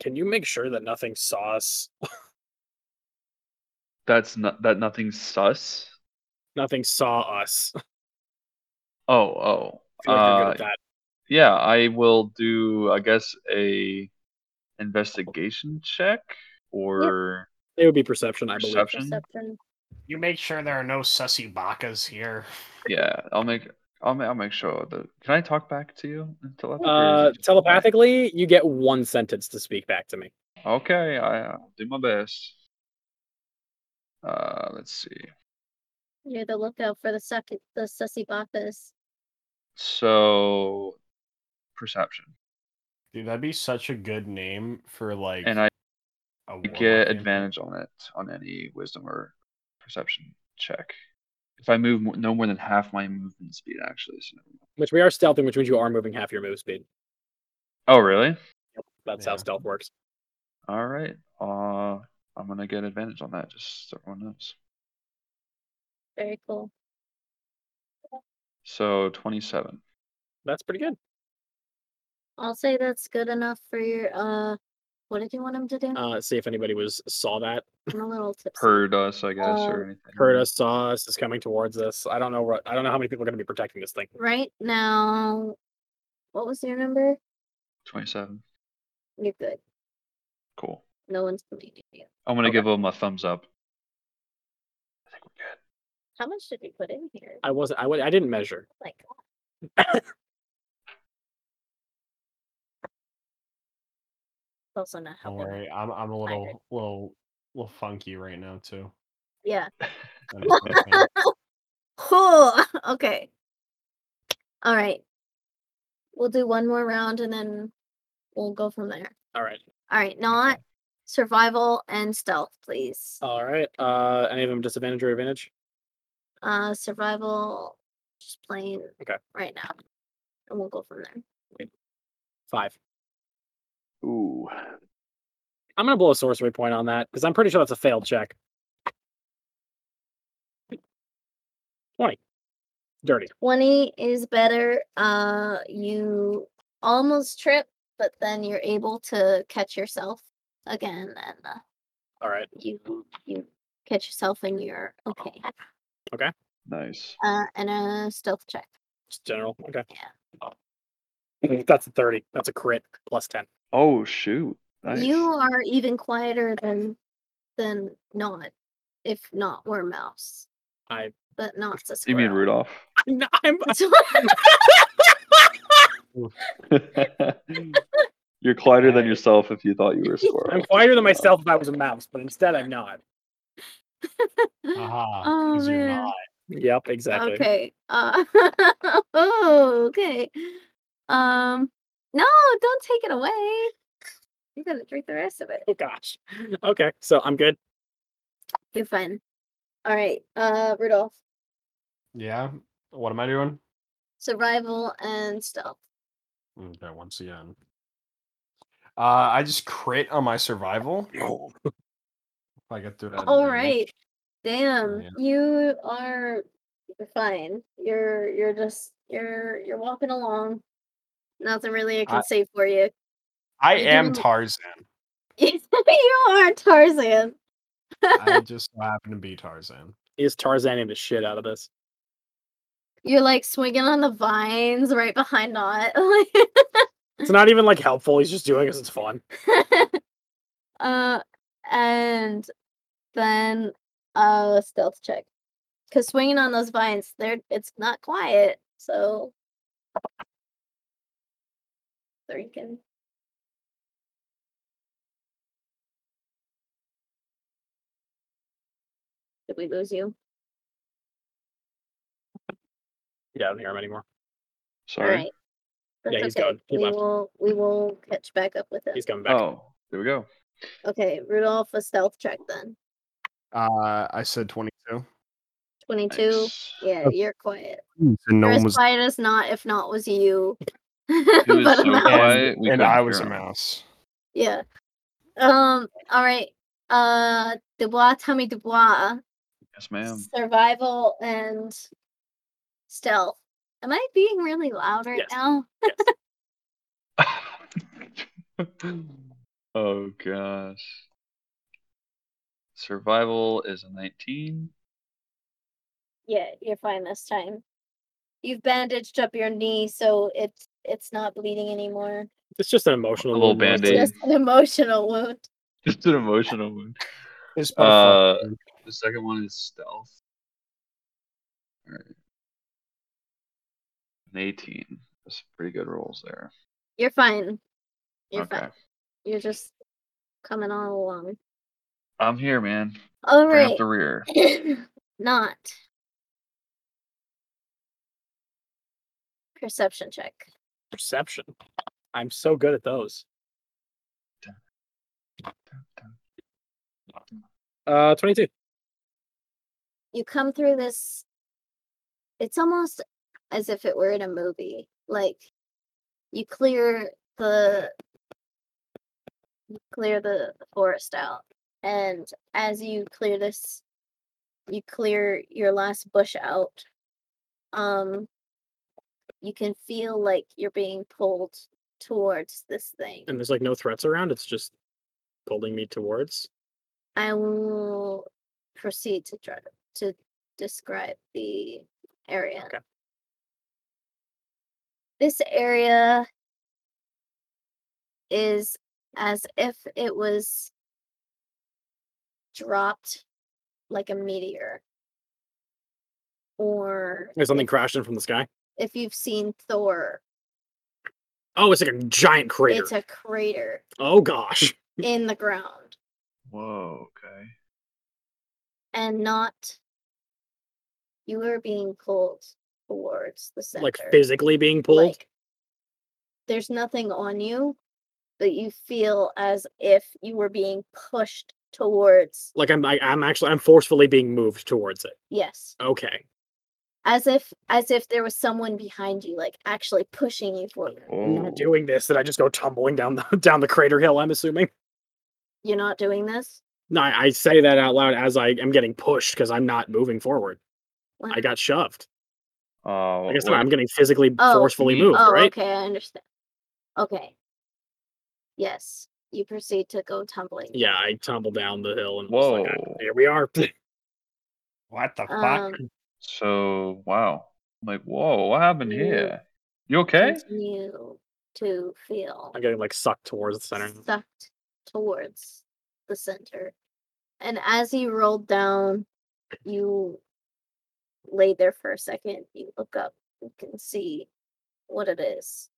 can you make sure that nothing saw us? That's not that nothing sus. *laughs* nothing saw us. Oh, I oh. feel like you're good Uh, at that. yeah, I will do. I guess a investigation check or It would be perception, I believe. perception. Perception. You make sure there are no sussy bakas here. Yeah, I'll make. I'll make. I'll make sure. That, can I talk back to you in telepathy? or is Uh, it just- telepathically, you get one sentence to speak back to me. Okay, I, I'll do my best. Uh, let's see. You're the lookout for the suck the sussy bakas. So, perception, Dude, that'd be such a good name for like and I a warlock get campaign. advantage on it on any wisdom or perception check if I move mo- no more than half my movement speed. Actually, so never mind. Which we are stealthing, which means you are moving half your move speed. Oh, really? That's how Yeah. stealth works. All right. Uh, I'm gonna get advantage on that, just so everyone knows. Very cool. So 27. That's pretty good. I'll say that's good enough for your uh what did you want him to Hmm. do? Uh, see if anybody was saw that, I'm a little tipsy. Heard us, I guess, or anything. heard us, saw us, is coming towards us. I don't know. What, I don't know how many people are going to be protecting this thing. Right now what was your number? 27. You're good. Cool. No one's bleeding you. I'm gonna Okay. give them a thumbs up. I think we're good. How much did we put in here? I wasn't. I would. I didn't measure. Like It's also not Don't helping. worry, I'm I'm a Hybrid. little little little funky right now too. Yeah. I'm just *laughs* looking. Cool. *laughs* Okay. All right. We'll do one more round and then we'll go from there. All right. All right. Not survival and stealth, please. All right. Uh, any of them disadvantage or advantage? Uh, survival, just plain Okay. right now, and we'll go from there. Five. Ooh. I'm going to blow a sorcery point on that because I'm pretty sure that's a failed check. Twenty. Dirty. 20 is better. Uh, you almost trip, but then you're able to catch yourself again, and uh, All right. you you catch yourself, and you're okay. Nice. Uh, and a stealth check. Just general. Okay. Yeah. That's a thirty. That's a crit plus ten. *laughs* Oh shoot. Nice. You are even quieter than than not, if not were mouse, I. but not a *laughs* you mean *laughs* squirrel. Rudolph? *laughs* I'm. I'm You're quieter than yourself if you thought you were a *laughs* I'm squirrel. quieter than myself if I was a mouse, but instead I'm not. uh, Aha, Oh, 'cause you're man. not. Yep, exactly. Okay. Uh, *laughs* oh, okay. Um, no, don't take it away. You're gonna drink the rest of it. Oh gosh. Okay, so I'm good. You're fine. All right. Uh, Rudolph, Yeah. What am I doing? survival and stealth. Okay, Mm, once again. Uh, I just crit on my survival. If I get through that. All advantage. right. Damn, Yeah. you are you're fine. You're you're just you're you're walking along. Nothing really I can I- say for you. *laughs* I You're am doing- Tarzan. you are Tarzan. *laughs* I just so happen to be Tarzan. Is Tarzaning the shit out of this? You're like swinging on the vines right behind *laughs* Not. It's not even like helpful. He's just doing it 'cause it's fun. uh, and then uh stealth check. Cause swinging on those vines, they're it's not quiet, so so you can. Did we lose you? Yeah, I don't hear him anymore. Sorry. All right. Yeah, That's he's okay. gone. He we left. will we will catch back up with him. He's coming back. Oh, there we go. Okay, Rudolph a stealth check then. Uh, I said 22. Twenty two. Nice. Yeah, you're quiet. And no You're one as was. quiet as not if not was you. *laughs* was But so not- quiet. Why? And, We and couldn't I hear was a him. mouse. Yeah. Um, all right. Uh Dubois, Tommy Dubois. Yes, ma'am. Survival and stealth. Am I being really loud right Yes. now? *laughs* oh gosh. Survival is a 19. Yeah, you're fine this time. You've bandaged up your knee, so it's it's not bleeding anymore. It's just an emotional A little wound, that's Band-Aid. it. Just an emotional wound. *laughs* Just an emotional one. It's Uh, fun. The second one is stealth. Alright. An 18. That's pretty good rolls there. You're fine. You're okay. fine. You're just coming all along. I'm here, man. All Bring up right. the rear. Not. Perception check. perception. I'm so good at those. Uh, 22. You come through this. It's almost as if it were in a movie. Like you clear the you clear the forest out, and as you clear this, you clear your last bush out. Um, you can feel like you're being pulled towards this thing. And there's like no threats around. It's just pulling me towards. I will proceed to try to, to describe the area. Okay. This area is as if it was dropped like a meteor. Or There's something if, crashing from the sky. if you've seen Thor, Oh, it's like a giant crater. it's a crater oh gosh. in the ground Whoa, okay. and not you are being pulled towards the center. Like physically being pulled. Like, there's nothing on you, but you feel as if you were being pushed towards, like I'm I, I'm actually I'm forcefully being moved towards it. yes, Okay. as if as if there was someone behind you, like actually pushing you forward. I'm Oh, not doing this. Did I just go tumbling down the *laughs* down the crater hill, I'm assuming? You're not doing this. No, I, I say that out loud as I am getting pushed because I'm not moving forward. Wow. I got shoved. uh, Like I said, what- I'm getting physically Oh, forcefully me. moved, Oh, right? okay, I understand. Okay. Yes, you proceed to go tumbling. Yeah, I tumble down the hill and was Whoa. like, "Ah, here we are. *laughs* What the fuck? Um, So, wow. I'm like, whoa, what happened Yeah. here? You okay? continue to feel. I'm getting like sucked towards the center. sucked towards the center. And as you rolled down, you lay there for a second. You look up. You can see what it is.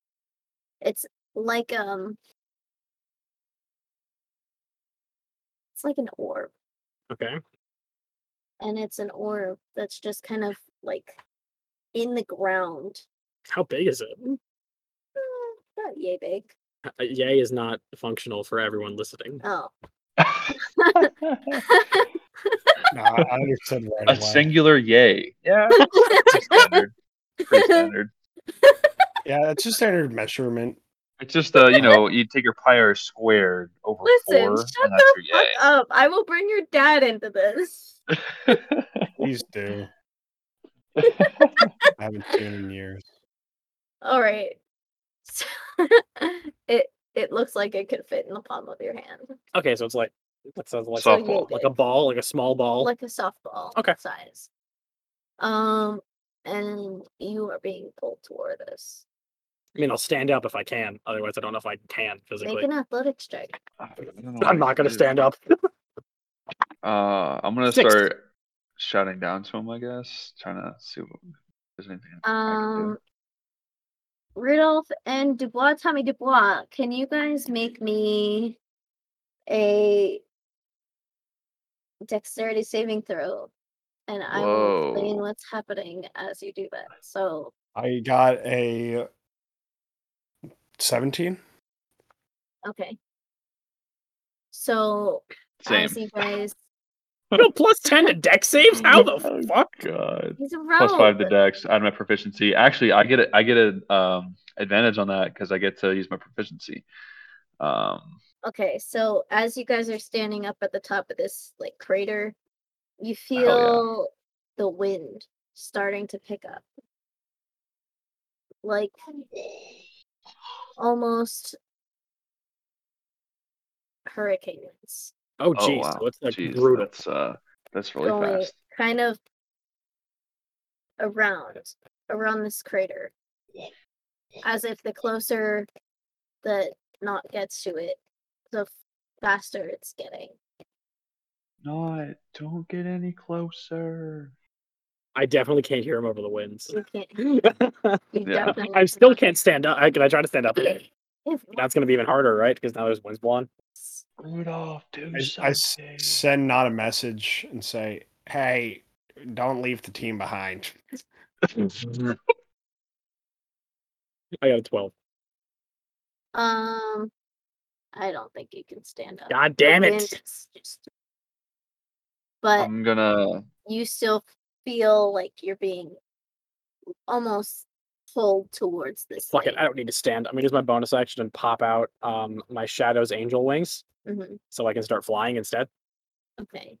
It's like um, it's like an orb, Okay. and it's an orb that's just kind of like in the ground. How big is it? Uh, Not yay big. Uh, Yay is not functional for everyone listening. Oh, *laughs* No, I I *laughs* understood right A away. singular yay. Yeah. Pretty standard. Pretty standard. yeah, that's just standard measurement. It's just uh, you know, you take your pi r squared over listen! four, shut and that's the fuck up! I will bring your dad into this. your yay. Please *laughs* do. I haven't seen in years. All right. So *laughs* it it looks like it could fit in the palm of your hand, Okay, so it's like that sounds like So Softball. like a ball, like a small ball. like a softball Okay. size. Um, and you are being pulled toward us. I mean, I'll stand up if I can. Otherwise, I don't know if I can physically. Make an athletics check. I don't know *laughs* what I'm not can gonna do. stand *laughs* up. Uh, I'm gonna Six. start shouting down to him. I guess, trying to see what, if there's anything. I can do. Um, Rudolph and Dubois, Tommy Dubois, can you guys make me a dexterity saving throw? And I will explain Whoa. what's happening as you do that. So I got a 17. Okay. So *laughs* as Same. you guys, No plus ten to deck *laughs* saves. How the fuck? God. he's a Plus rogue. five to dex. Add my proficiency. Actually, I get a, I get a um advantage on that because I get to use my proficiency. Um. Okay, so as you guys are standing up at the top of this like crater, you Hell yeah. feel the wind starting to pick up, like almost hurricane winds, Oh Oh jeez, wow. that's like Jeez, brutal. That's uh, that's really going fast. kind of around, around this crater. As if the closer the knot gets to it, the faster it's getting. Not. Don't get any closer. I definitely can't hear him over the *laughs* winds. You can't. You Yeah. definitely I still can't stand up. I, can I try to stand up? If *laughs* That's going to be even harder, right? Because now there's winds blowing. once- Rudolph, do I, I s- something. send not a message and say, "Hey, don't leave the team behind." I got a 12. um, I don't think you can stand up. God damn The it. Um, wind is just- But I'm gonna. you still feel like you're being almost pulled towards this. Fuck it. thing. I don't need to stand. I'm going to use my bonus action and pop out um, my Shadow's Angel Wings Mhm, so I can start flying instead. Okay.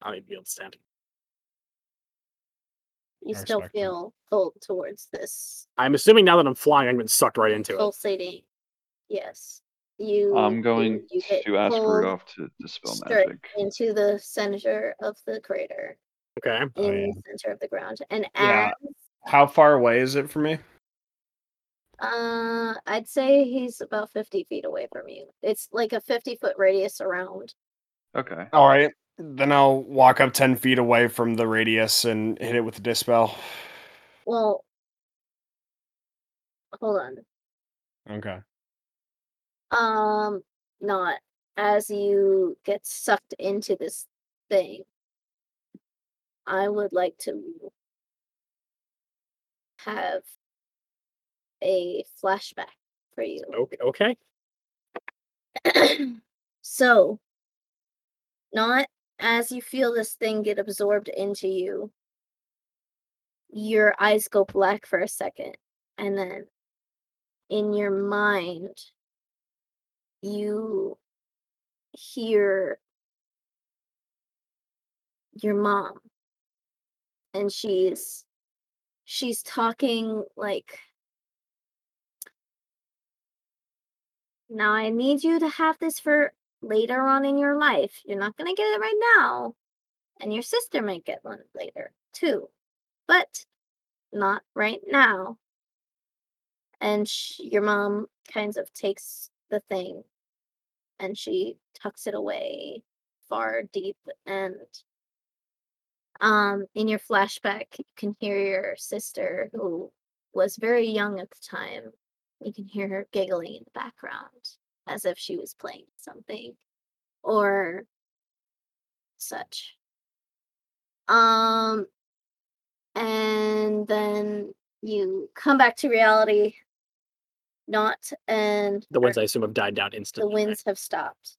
I don't need to be able to stand. You I still respect that. feel pulled towards this I'm assuming now that I'm flying, I'm getting sucked right into Oh. it. pulsating. Yes. You. I'm you- going you get to ask pulled Rudolph to dispel straight magic. into the center of the crater, Okay. in Oh, yeah. the center of the ground, and Yeah. as How far away is it from me? Uh, I'd say he's about 50 feet away from you. It's like a 50 foot radius around. Okay. All right, then I'll walk up ten feet away from the radius and hit it with the dispel. Well, hold on. Okay. Um, not as you get sucked into this thing. I would like to have a flashback for you. Okay. okay. *clears throat* so, not as you feel this thing get absorbed into you, your eyes go black for a second, and then in your mind, you hear your mom, and she's she's talking like Now I need you to have this for later on in your life. You're not gonna get it right now. And your sister might get one later too. But not right now. And sh your mom kind of takes the thing and she tucks it away far deep and um in your flashback you can hear your sister who was very young at the time you can hear her giggling in the background as if she was playing something or such. Um, and then you come back to reality, not and The or winds, I assume, have died down the instantly. right? winds have stopped.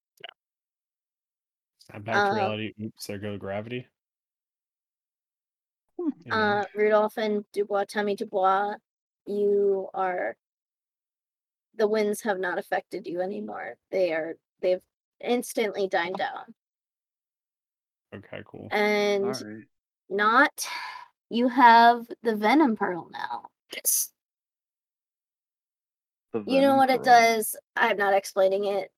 Snap back Uh, to reality. Oops, there go gravity. Hmm, You know, Uh, Rudolph and Dubois, Tommy Dubois, you are. The winds have not affected you anymore. They are. They've instantly died down. uh, okay, cool. And All right. not you have the venom pearl now. Yes. The you venom know what it pearl. does? I'm not explaining it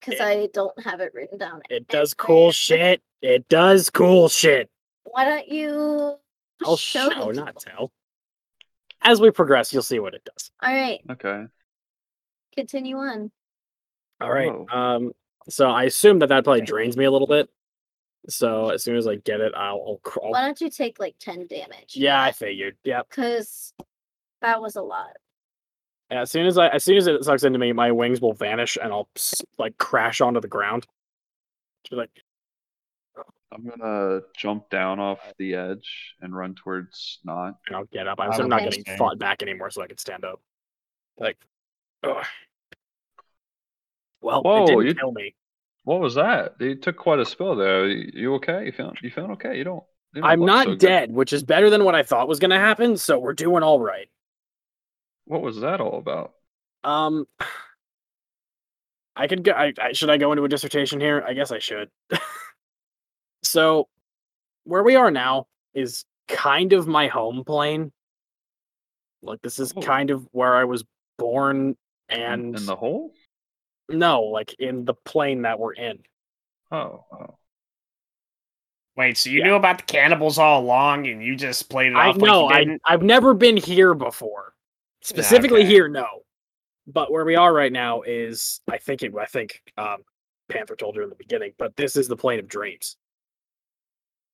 because Yeah. I don't have it written down. It does cool shit. It does cool shit. Why don't you I'll show show, the not tell. people? As we progress, you'll see what it does. All right, Okay. continue on. All right. Oh. Um. So I assume that that probably drains me a little bit. So as soon as I get it, I'll, I'll crawl. Why don't you take like 10 damage? Yeah, I figured. Yep. Because that was a lot. As soon as I, as soon as it sucks into me, my wings will vanish and I'll s- like crash onto the ground. Just be like, I'm gonna jump down off the edge and run towards Not. and I'll get up. I'm, I so I'm would not do the getting same. fought back anymore, so I can stand up. Like, ugh. well, Whoa, it didn't you- kill me. What was that? It took quite a spell there. You you okay? You feeling? You feeling okay? You don't. You don't I'm look not so good. dead, which is better than what I thought was going to happen. So we're doing all right. What was that all about? Um, I could go. I, I should I go into a dissertation here? I guess I should. *laughs* so, where we are now is kind of my home plane. Like this is Oh. kind of where I was born, and in the hole? no, like in the plane that we're in. Oh, oh. Wait, so you Yeah. knew about the cannibals all along, and you just played it I off like know. you I didn't? I've never been here before. Specifically okay. here, no. But where we are right now is, I think it. I think um, Panther told you in the beginning, but this is the plane of dreams.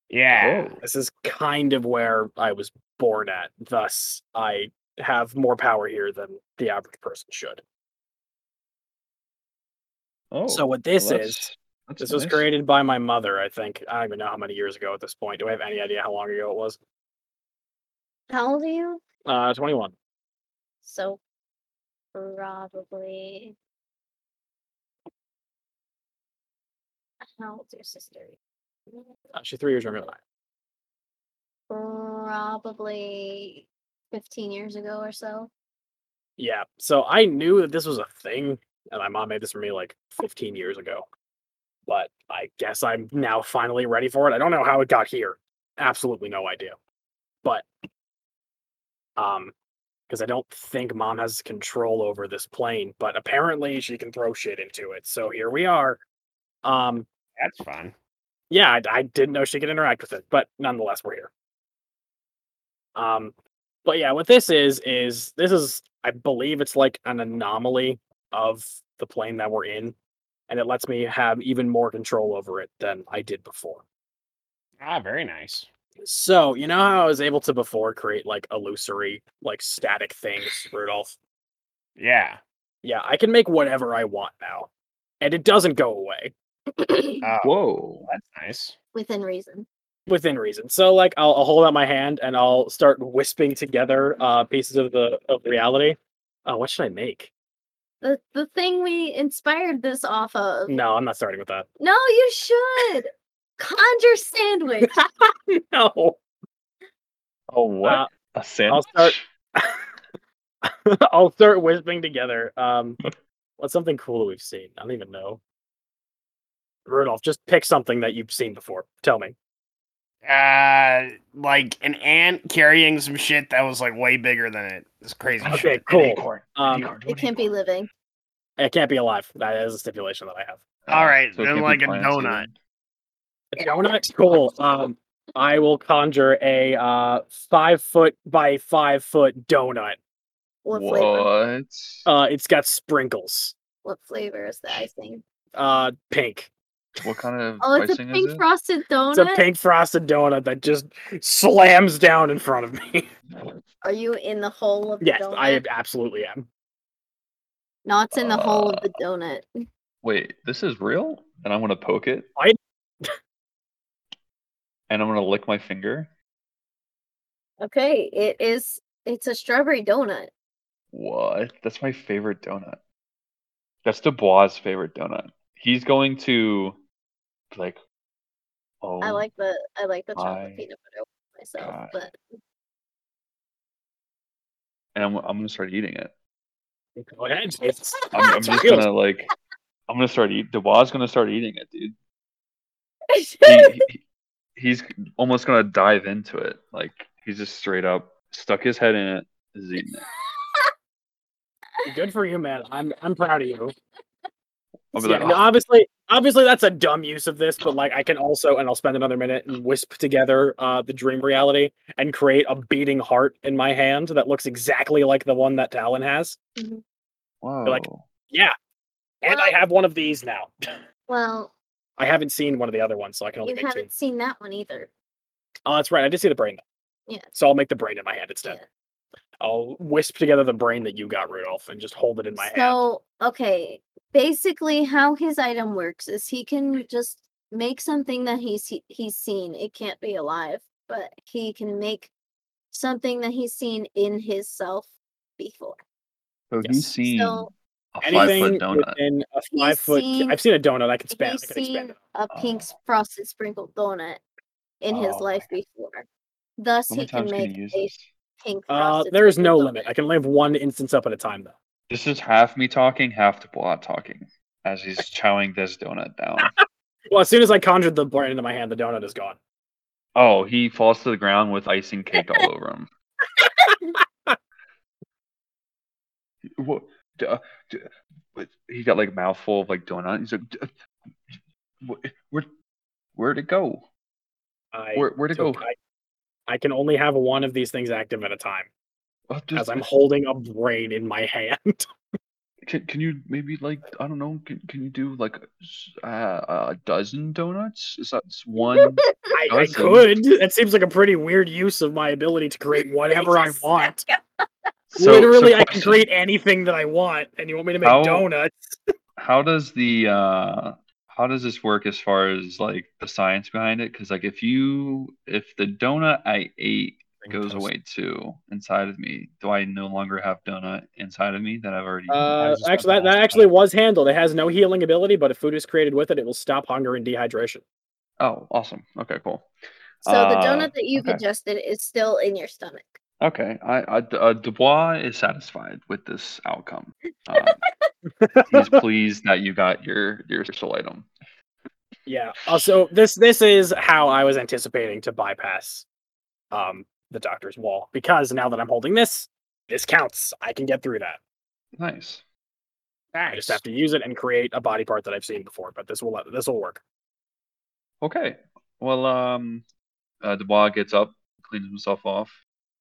yeah. Whoa. This is kind of where I was born at. Thus, I have more power here than the average person should. Oh, so what well, this is, that's- that's this was nice. created by my mother. I think I don't even know how many years ago at this point. Do I have any idea how long ago it was? How old are you? Uh, twenty-one. So probably how old's your sister? Uh, she's three years younger than I. am. Probably fifteen years ago *coughs* or so. *coughs* Yeah. So I knew that this was a thing, and my mom made this for me like 15 years ago. But I guess I'm now finally ready for it. I don't know how it got here. Absolutely no idea. But um because I don't think mom has control over this plane, but apparently she can throw shit into it. So here we are. Um That's fun. yeah, I, I didn't know she could interact with it, but nonetheless, we're here. Um, but yeah, what this is is this is I believe it's like an anomaly of the plane that we're in, and it lets me have even more control over it than I did before. Ah, very nice. So you know how I was able to before create like illusory, like static things, Rudolph. Yeah. Yeah, I can make whatever I want now, and it doesn't go away. Whoa. That's nice. Within reason. within reason. So like I'll, I'll hold out my hand and I'll start wisping together uh pieces of the of reality. Oh, what should I make? The the thing we inspired this off of. No, I'm not starting with that. *laughs* No, you should. *laughs* Conjure sandwich. No. *laughs* Oh, what? Uh, a sandwich? start- I'll start wisping together. *laughs* Um what's something cool that we've seen? I don't even know. Rudolph, just pick something that you've seen before. Tell *laughs* me. Uh, like an ant carrying some shit that was like way bigger than it. It's crazy. Okay, shit. An cool. acorn, an Um, acorn, it an can't be acorn. living. It can't be alive. That is a stipulation that I have. all right, it then can't be like a plants either. donut. A donut? Cool. Um, I will conjure a uh five foot by five foot donut. What flavor? What? Uh, it's got sprinkles. What flavor is the icing? Uh, pink. What kind of Oh, it's a icing is pink it? frosted It's a donut. pink frosted donut that just slams down in front of me. *laughs* Are you in the hole of the yes, donut? I absolutely am. Knots in the hole of the donut. Wait, this is real? And I'm gonna poke it. Why- and I'm gonna lick my finger. Okay, it is. It's a strawberry donut. What? That's my favorite donut. That's Dubois' favorite donut. He's going to be like oh I like the I like the my chocolate peanut butter one myself, God. but and I'm, I'm gonna start eating it. Go ahead. *laughs* *laughs* It's, I'm, I'm It's just real. gonna like I'm gonna start eat Dubois gonna start eating it, dude. *laughs* He, he- he's almost gonna dive into it. Like he's just straight up stuck his head in it, is eating it. good for you, man. I'm I'm proud of you. I'll be Yeah, like, no, "Oh, obviously, obviously that's a dumb use of this, but like I can also, and I'll spend another minute and wisp together uh, the dream reality and create a beating heart in my hand that looks exactly like the one that Talon has, Wow. like- and I have one of these now. *laughs* well, I haven't seen one of the other ones, so I can only you make two. haven't seen that one either. Oh, that's right. I did see the brain. Yeah. So I'll make the brain in my hand instead. Yeah. I'll wisp together the brain that you got, Rudolph, and just hold it in my hand. so okay, basically, how his item works is he can just make something that he's he, he's seen. It can't be alive, but he can make something that he's seen in his self before. So Yes. he's seen So a five Anything foot donut. within a five foot. seen- I've seen a donut. I can expand. he's I can expand. seen it. Oh. a pink s- frosted sprinkled donut in his Oh, life before. Thus, How many he can times make can you use a this? pink. Uh, frosted there is no sprinkled limit. I can only have one instance up at a time, though. This is half me talking, half Dubois talking as he's chowing this donut down. Well, as soon as I conjured the brain into my hand, the donut is gone. oh, he falls to the ground with icing cake all over him. *laughs* What? uh, duh, duh, what- He got like a mouthful of like donut. He's like, "Duh, wh- where, where'd it go? I Where, where to go? took- I, I can only have one of these things active at a time What Uh, does- as I'm holding a brain in my *laughs* hand. Can, can you maybe like I don't know? Can, can you do like s- uh, a dozen donuts? Is that s- *laughs* one? I, I Awesome. could. That seems like a pretty weird use of my ability to create whatever I want. So- so Literally, I can question, create anything that I want, and you want me to make How- donuts? How does the uh, how does this work as far as like the science behind it? Because like if you if the donut I ate goes away too inside of me, do I no longer have donut inside of me that I've already? eaten? I Uh, was just actually, that, about to ask that that. actually was handled. It has no healing ability, but if food is created with it, it will stop hunger and dehydration. oh, awesome. Okay, cool. So the Uh, donut that you've okay. ingested is still in your stomach. Okay, I, I uh, Dubois is satisfied with this outcome. *laughs* Um, he's pleased that you got your your special item. Yeah. Also, this this is how I was anticipating to bypass um the doctor's wall because now that I'm holding this, this counts. I can get through that. Nice. I just have to use it and create a body part that I've seen before. But this will let- this will work. Okay. Well, um, uh, Dubois gets up, cleans himself off.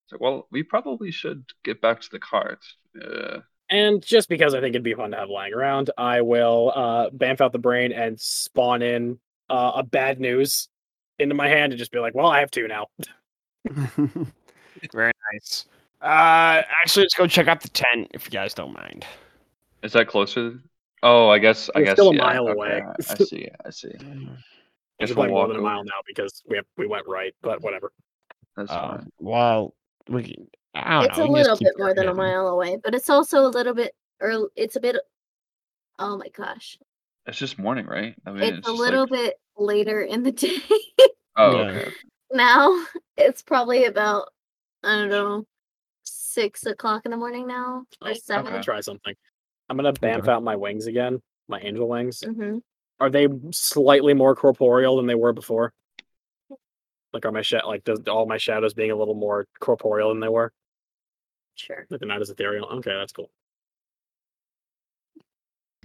He's like, well, we probably should get back to the cart. Uh, And just because I think it'd be fun to have lying around, I will uh bamf out the brain and spawn in uh, a bad news into my hand and just be like, well, I have two *laughs* now. Very nice. Uh, actually, let's go check out the tent if you guys don't mind. is that closer? Oh, I guess. I We're guess. still a yeah, mile okay, away. I- I see. *laughs* I see. Mm. It's Guess like more we'll walk than a over. mile now because we have, we went right, but whatever. That's Uh, fine. well, we can- I don't it's know, a we can just little keep bit more than a walking. mile away, but it's also a little bit early. It's a bit. Oh my gosh! It's just morning, right? I mean, it's, a just little like- bit later in the *laughs* day Oh, Yeah. okay. now. It's probably about I don't know six o'clock in the morning now Okay. I'm or I'm seven. gonna Okay. try something. I'm gonna bamf out my wings again, my angel wings. hmm Are they slightly more corporeal than they were before? Like are my sha- like does all my shadows being a little more corporeal than they were? Sure. Like they're not as ethereal. Okay, that's cool.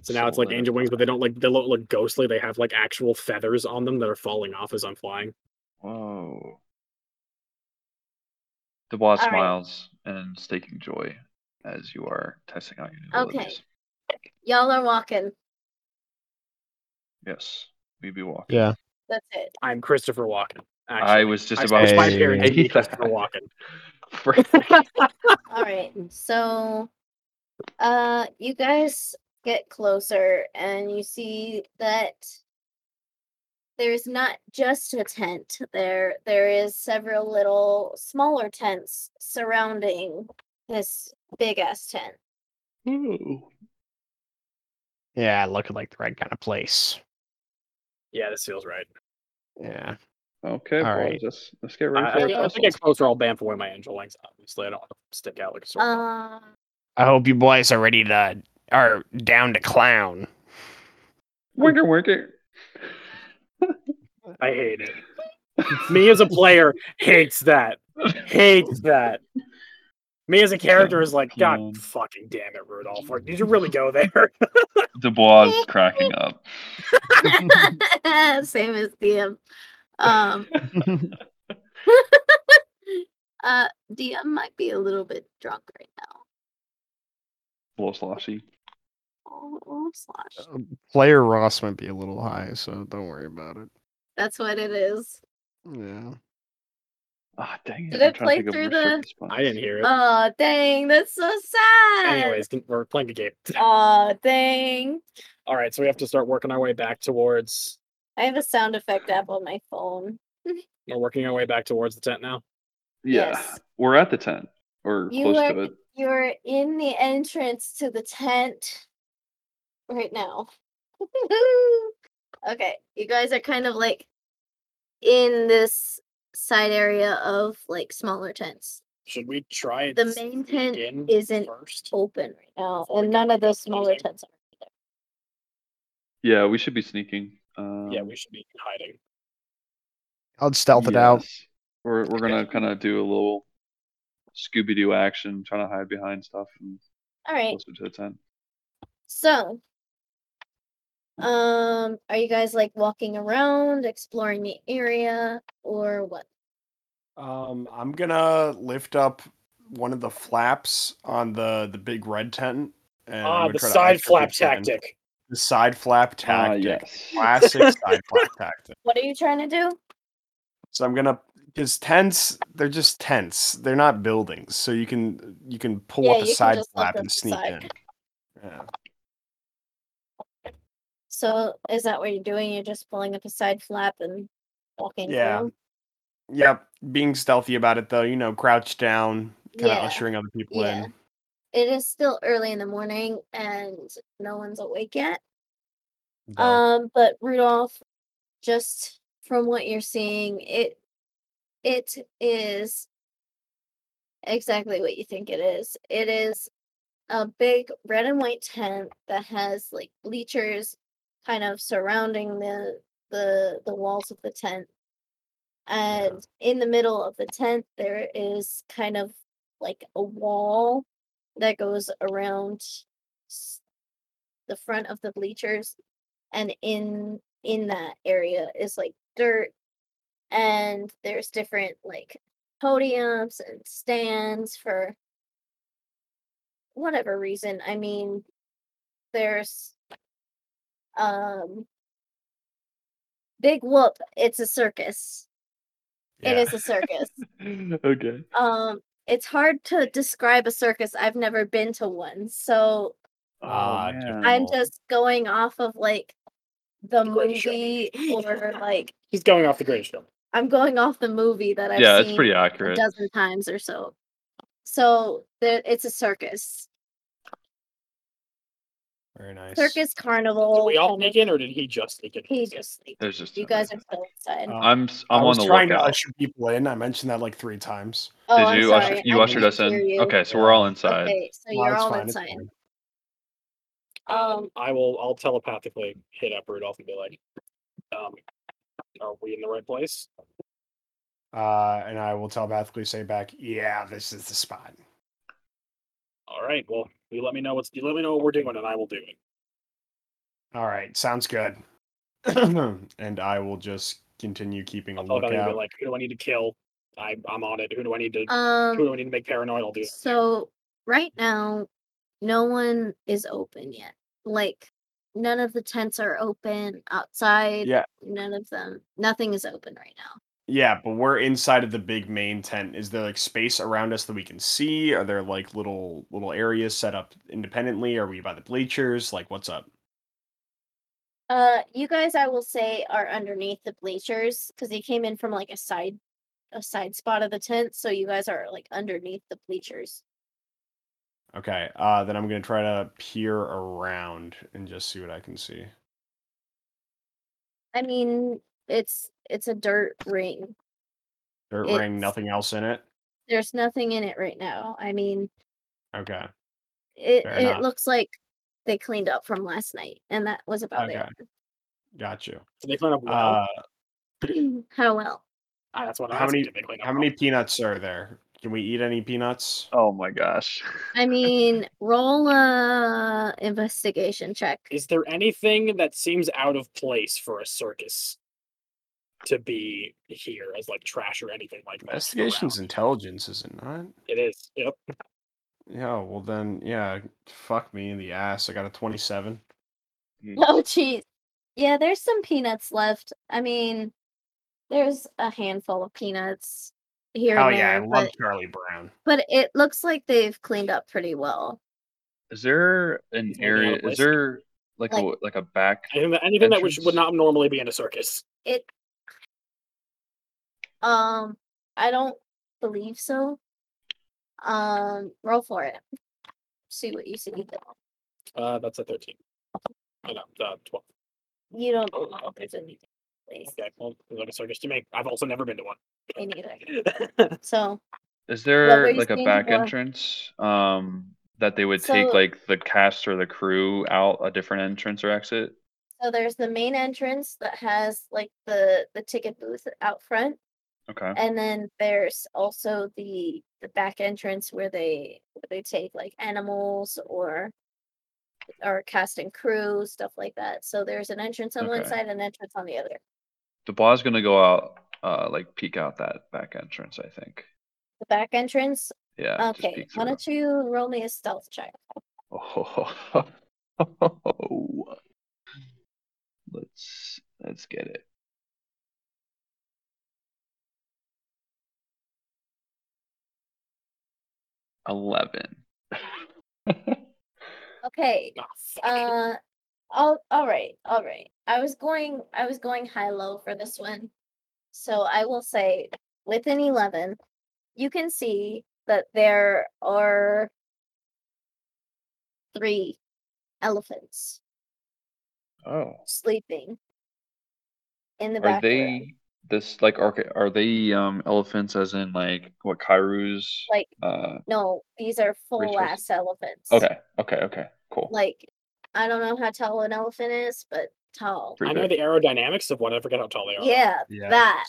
So now So it's like let it angel wings, but they don't like they don't look ghostly. They have like actual feathers on them that are falling off as I'm flying. Whoa. Dubois right. smiles and is taking joy as you are testing out your new Okay. abilities. Y'all are walking. Yes, we be walking. Yeah. That's it. I'm Christopher Walken. Actually, I was just I about switched to my say- appearance *laughs* to be Hey, that- Christopher Walken. *laughs* Frick. All right. So, uh, you guys get closer and you see that there's not just a tent there. There is several little smaller tents surrounding this big ass tent. Ooh. Yeah, looking like the right kind of place. Yeah, this feels right. Yeah. Okay, All well, right. let's let's get I, ready I, for think- the as I get tussle. closer, I'll bamf away my angel wings. Obviously, I don't want to stick out like a sore. thumb. Um, I hope you boys are ready to are down to clown. Winker, winker. *laughs* I hate it. Me as a player hates that. Hates that. Me as a character is like, Um, God fucking damn it, Rudolph. Like, Did you really go there? *laughs* Dubois is cracking up. *laughs* Same as DM. Um, *laughs* uh, DM might be a little bit drunk right now. A *laughs* little sloshy. Oh, slosh. Player Ross might be a little high, so don't worry about it. That's what it is. Yeah. Ah, dang it. Did I'm trying it to play think of through a the- certain spot. I didn't hear it. Oh, dang. That's so *laughs* sad. Anyways, can- we're playing a game. Oh, dang. All right, so we have to start working our way back towards. I have a sound effect app on my phone. We're working our way back towards the tent now. Yeah, Yes. we're at the tent or You close were- to it. You're in the entrance to the tent right now. *laughs* okay, you guys are kind of like in this side area of like smaller tents. Should we try and The sneak main tent in isn't first? Open right now, and none of the smaller Okay. tents are. Yeah, we should be sneaking. Um, Yeah, we should be hiding. I'll stealth it out. Yes. We're we're gonna kind of do a little Scooby Doo action, trying to hide behind stuff and All right, closer to the tent. so Um, are you guys like walking around, exploring the area, or what? Um, I'm gonna lift up one of the flaps on the the big red tent. And I'm Ah, gonna the try to side usher flap people in. tactic. The side flap Ah, tactic. yes. *laughs* Classic side flap *laughs* tactic. What are you trying to do? So I'm gonna because tents they're just tents. They're not buildings. So you can you can pull Yeah, up you a can side just lift flap up and the sneak side. in. Yeah. So is that what you're doing? You're just pulling up a side flap and walking Yeah, through? Yep. Being stealthy about it though, you know, crouched down, kind of Yeah. ushering other people Yeah. in. It is still early in the morning and no one's awake yet. Oh. no. Um, but Rudolph, just from what you're seeing, it it is exactly what you think it is. It is a big red and white tent that has like bleachers kind of surrounding the the the walls of the tent. And in the middle of the tent there is kind of like a wall that goes around s- the front of the bleachers and in in that area is like dirt and there's different like podiums and stands for whatever reason i mean there's um big whoop it's a circus it Yeah. is a circus okay. Oh, um it's hard to describe a circus i've never been to one so Ah, i'm Oh. just going off of like the The Greatest Showman. movie or like He's going off the greatest film. i'm going off the movie that i've yeah, seen it's pretty a accurate. dozen times or so so there, it's a circus Very nice. circus Did carnival we all sneak in, or did he just sneak in? he just like, There's just you guys are still inside Uh, I'm s- I'm I on was the trying to lookout. usher people in. I mentioned that like three times. oh Did i'm you sorry usher, you I ushered didn't us in? hear you. Okay, so we're all inside. okay so No, you're it's all fine, it's inside fine. Um, I will. I'll telepathically hit up Rudolph and be like, um, "Are we in the right place?" Uh, and I will telepathically say back, yeah, this is the spot. All right. Well, you let me know what's. You let me know what we're doing, and I will do it. All right, sounds good. *clears throat* and I will just continue keeping a I'll tell you, lookout. like, who do I need to kill? I, I'm on it. Who do I need to? who um do I need to make paranoid? I'll do that. so right now no one is open yet like none of the tents are open outside Yeah. none of them nothing is open right now yeah, but we're inside of the big main tent. Is there like space around us that we can see? Are there like little little areas set up independently? Are we by the bleachers? Like, what's up? uh you guys i will say are underneath the bleachers because they came in from like a side a side spot of the tent so you guys are like underneath the bleachers Okay, uh, then I'm gonna try to peer around and just see what I can see. i mean it's it's a dirt ring Dirt ring, It's- nothing else in it. there's nothing in it right now i mean Okay, it Fair it enough. looks like they cleaned up from last night and that was about Okay. got you. Did they clean up well? Uh, *clears throat* it how Oh, well Ah, that's what. how I asked, many- Did they clean up how well? many peanuts are there? Can we eat any peanuts? Oh my *laughs* gosh. I mean, roll a investigation check. Is there anything that seems out of place for a circus to be here as like trash or anything like that? Investigation's around? intelligence, is it not? It is. Yep. Yeah, well then, yeah, fuck me in the ass. I got a 27. *laughs* Oh, jeez. Yeah, there's some peanuts left. I mean, there's a handful of peanuts here Oh and yeah, I there, love but, Charlie Brown. but it looks like they've cleaned up pretty well. Is there an Is there any area? other place? Is there like a like a back? Anything that, anything that which would Entrance? not normally be in a circus. It, um, I don't believe so. Um, roll for it. See what you see. Uh, that's a thirteen. I know. Uh, twelve. You don't Oh, believe there's anything. Please, Okay. Well, it's like a circus to me. I've also never been to one. me neither. *laughs* So, Is were there you like a saying back before? entrance? Um, that they would take So- like the cast or the crew out a different entrance or exit. So there's the main entrance that has like the the ticket booth out front, Okay. and then there's also the the back entrance where they where they take like animals or or casting crew, stuff like that. So there's an entrance on one Okay. side and an entrance on the other. The bar's gonna go out, uh, like peek out that back entrance. I think. The back entrance. Yeah. just okay, peek why through. don't you roll me a stealth check? *laughs* Oh. Let's let's get it. Eleven. *laughs* Okay. Oh, fuck. Uh, all all right, all right. I was going, I was going high low for this one, so I will say with an eleven, you can see that there are three elephants Oh. sleeping in the Are back room. they this like arch- are they um elephants as in like what Kairu's Like uh no, these are full Rachel's- ass elephants. okay, okay, okay, cool. Like I don't know how tall an elephant is, but tall. Pretty I know big. the aerodynamics of one. I forget how tall they are. Yeah, Yeah. that.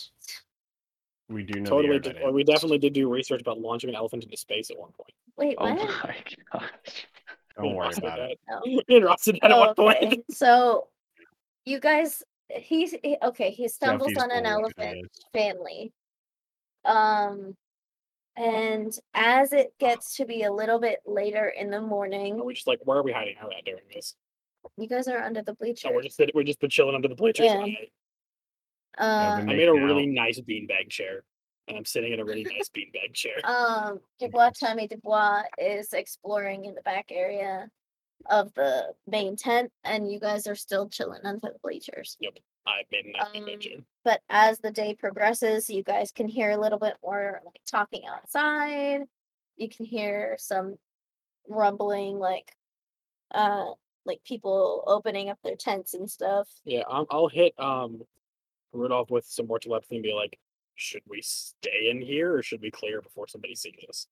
We do know the totally. Did, aerodynamics. we definitely did do research about launching an elephant into space at one point. Wait, Oh what? my gosh. Don't worry Ross did about it. No. that. *laughs* Me and Ross did that at one Oh, Okay, *laughs* point. So you guys he's he, okay, he stumbles Jeffy's on an old, elephant guys. family. Um and as it gets to be a little bit later in the Are morning, we just like, where are we hiding out at during this? you guys are under the bleachers. Oh, we're just sit- we're just been chilling under the bleachers. Yeah. all night. uh, I've I been made a making really out. nice beanbag chair, and I'm sitting in a really *laughs* nice beanbag chair. um Dubois Tommy Dubois is exploring in the back area of the main tent and you guys are still chilling under the bleachers. I made a nice beanbag Um, chair. but as the day progresses, you guys can hear a little bit more like talking outside. You can hear some rumbling, like uh like people opening up their tents and stuff. Yeah, i I'll hit um Rudolph with some more telepathy and be like, should we stay in here or should we clear before somebody sees us?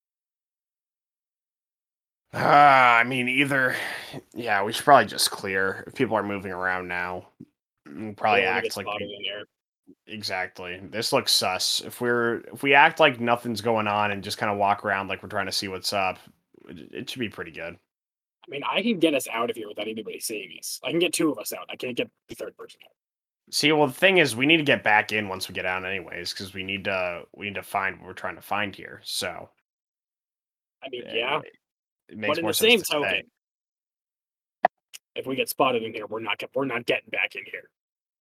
Ah, I mean, either. Yeah, we should probably just clear. If people are moving around now, we'll probably Don't wanna get act like spotted we- in there. exactly. This looks sus. If we're if we act like nothing's going on and just kind of walk around like we're trying to see what's up, it, it should be pretty good. I mean, I can get us out of here without anybody seeing us. I can get two of us out. I can't get the third person out. See, well, the thing is, we need to get back in once we get out, anyways, because we need to we need to find what we're trying to find here. So I mean, eh, yeah, it, makes but in more the sense same to stay. token, if we get spotted in here, we're not get, we're not getting back in here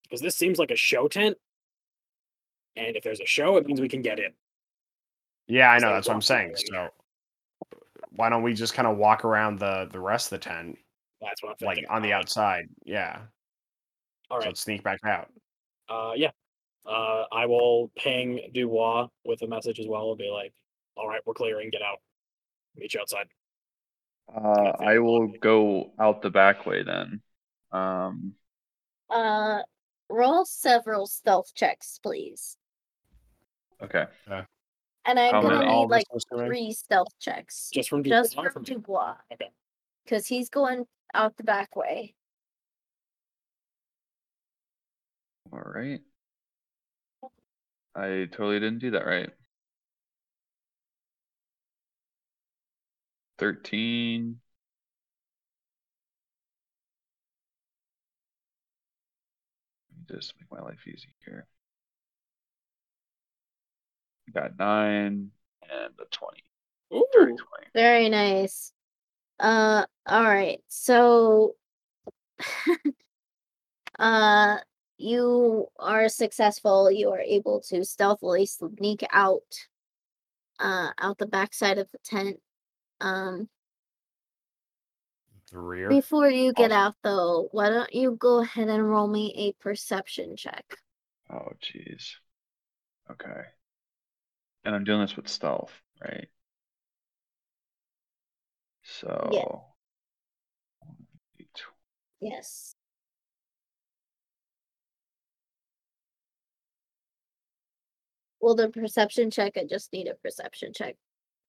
because this seems like a show tent. And if there's a show, it means we can get in. Yeah, I It's know. like That's what I'm walking saying. So around. why don't we just kind of walk around the the rest of the tent, That's what I'm like thinking. on the Uh, outside? Yeah. All So right. let's sneak back out. uh, yeah, uh, I will ping Dubois with a message as well. and be like, all right, we're clearing, get out. Meet you outside. Uh, I will go out the back way then. Um, Uh roll several stealth checks, please. okay. And I'm How many- gonna all need of like us are assuming? three stealth checks. Just from Dubois. Just or from from me? Dubois. Okay. Because he's going out the back way. All right. I totally didn't do that right. 13. Let me just make my life easy here. Got 9 and a 20. Dirty Ooh, 20. Very nice. Uh all right. So *laughs* uh you are successful. You are able to stealthily sneak out uh out the backside of the tent. Um The rear. before you get out though, why don't you go ahead and roll me a perception check? Oh, jeez. Okay. And I'm doing this with stealth, right? So. Yes. Well, the perception check, I just need a perception check.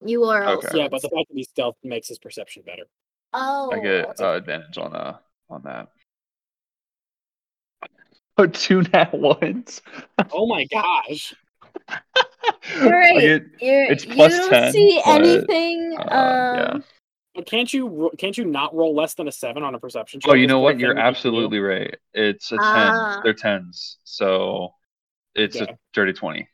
You are Okay. also. Yeah, but the fact that he's stealth makes his perception *laughs* better. Oh, I get that's okay. uh, advantage on uh on that. *laughs* Oh, two nat ones. Oh my gosh. I right. get- You're, it's you plus don't 10, see but, anything. uh, um, yeah. But can't you ro- can't you not roll less than a seven on a perception check? Oh, you Isn't know there a what? You're thing that you can do? *laughs* absolutely right. It's a ten. Ah. They're tens, so it's Yeah. a dirty twenty.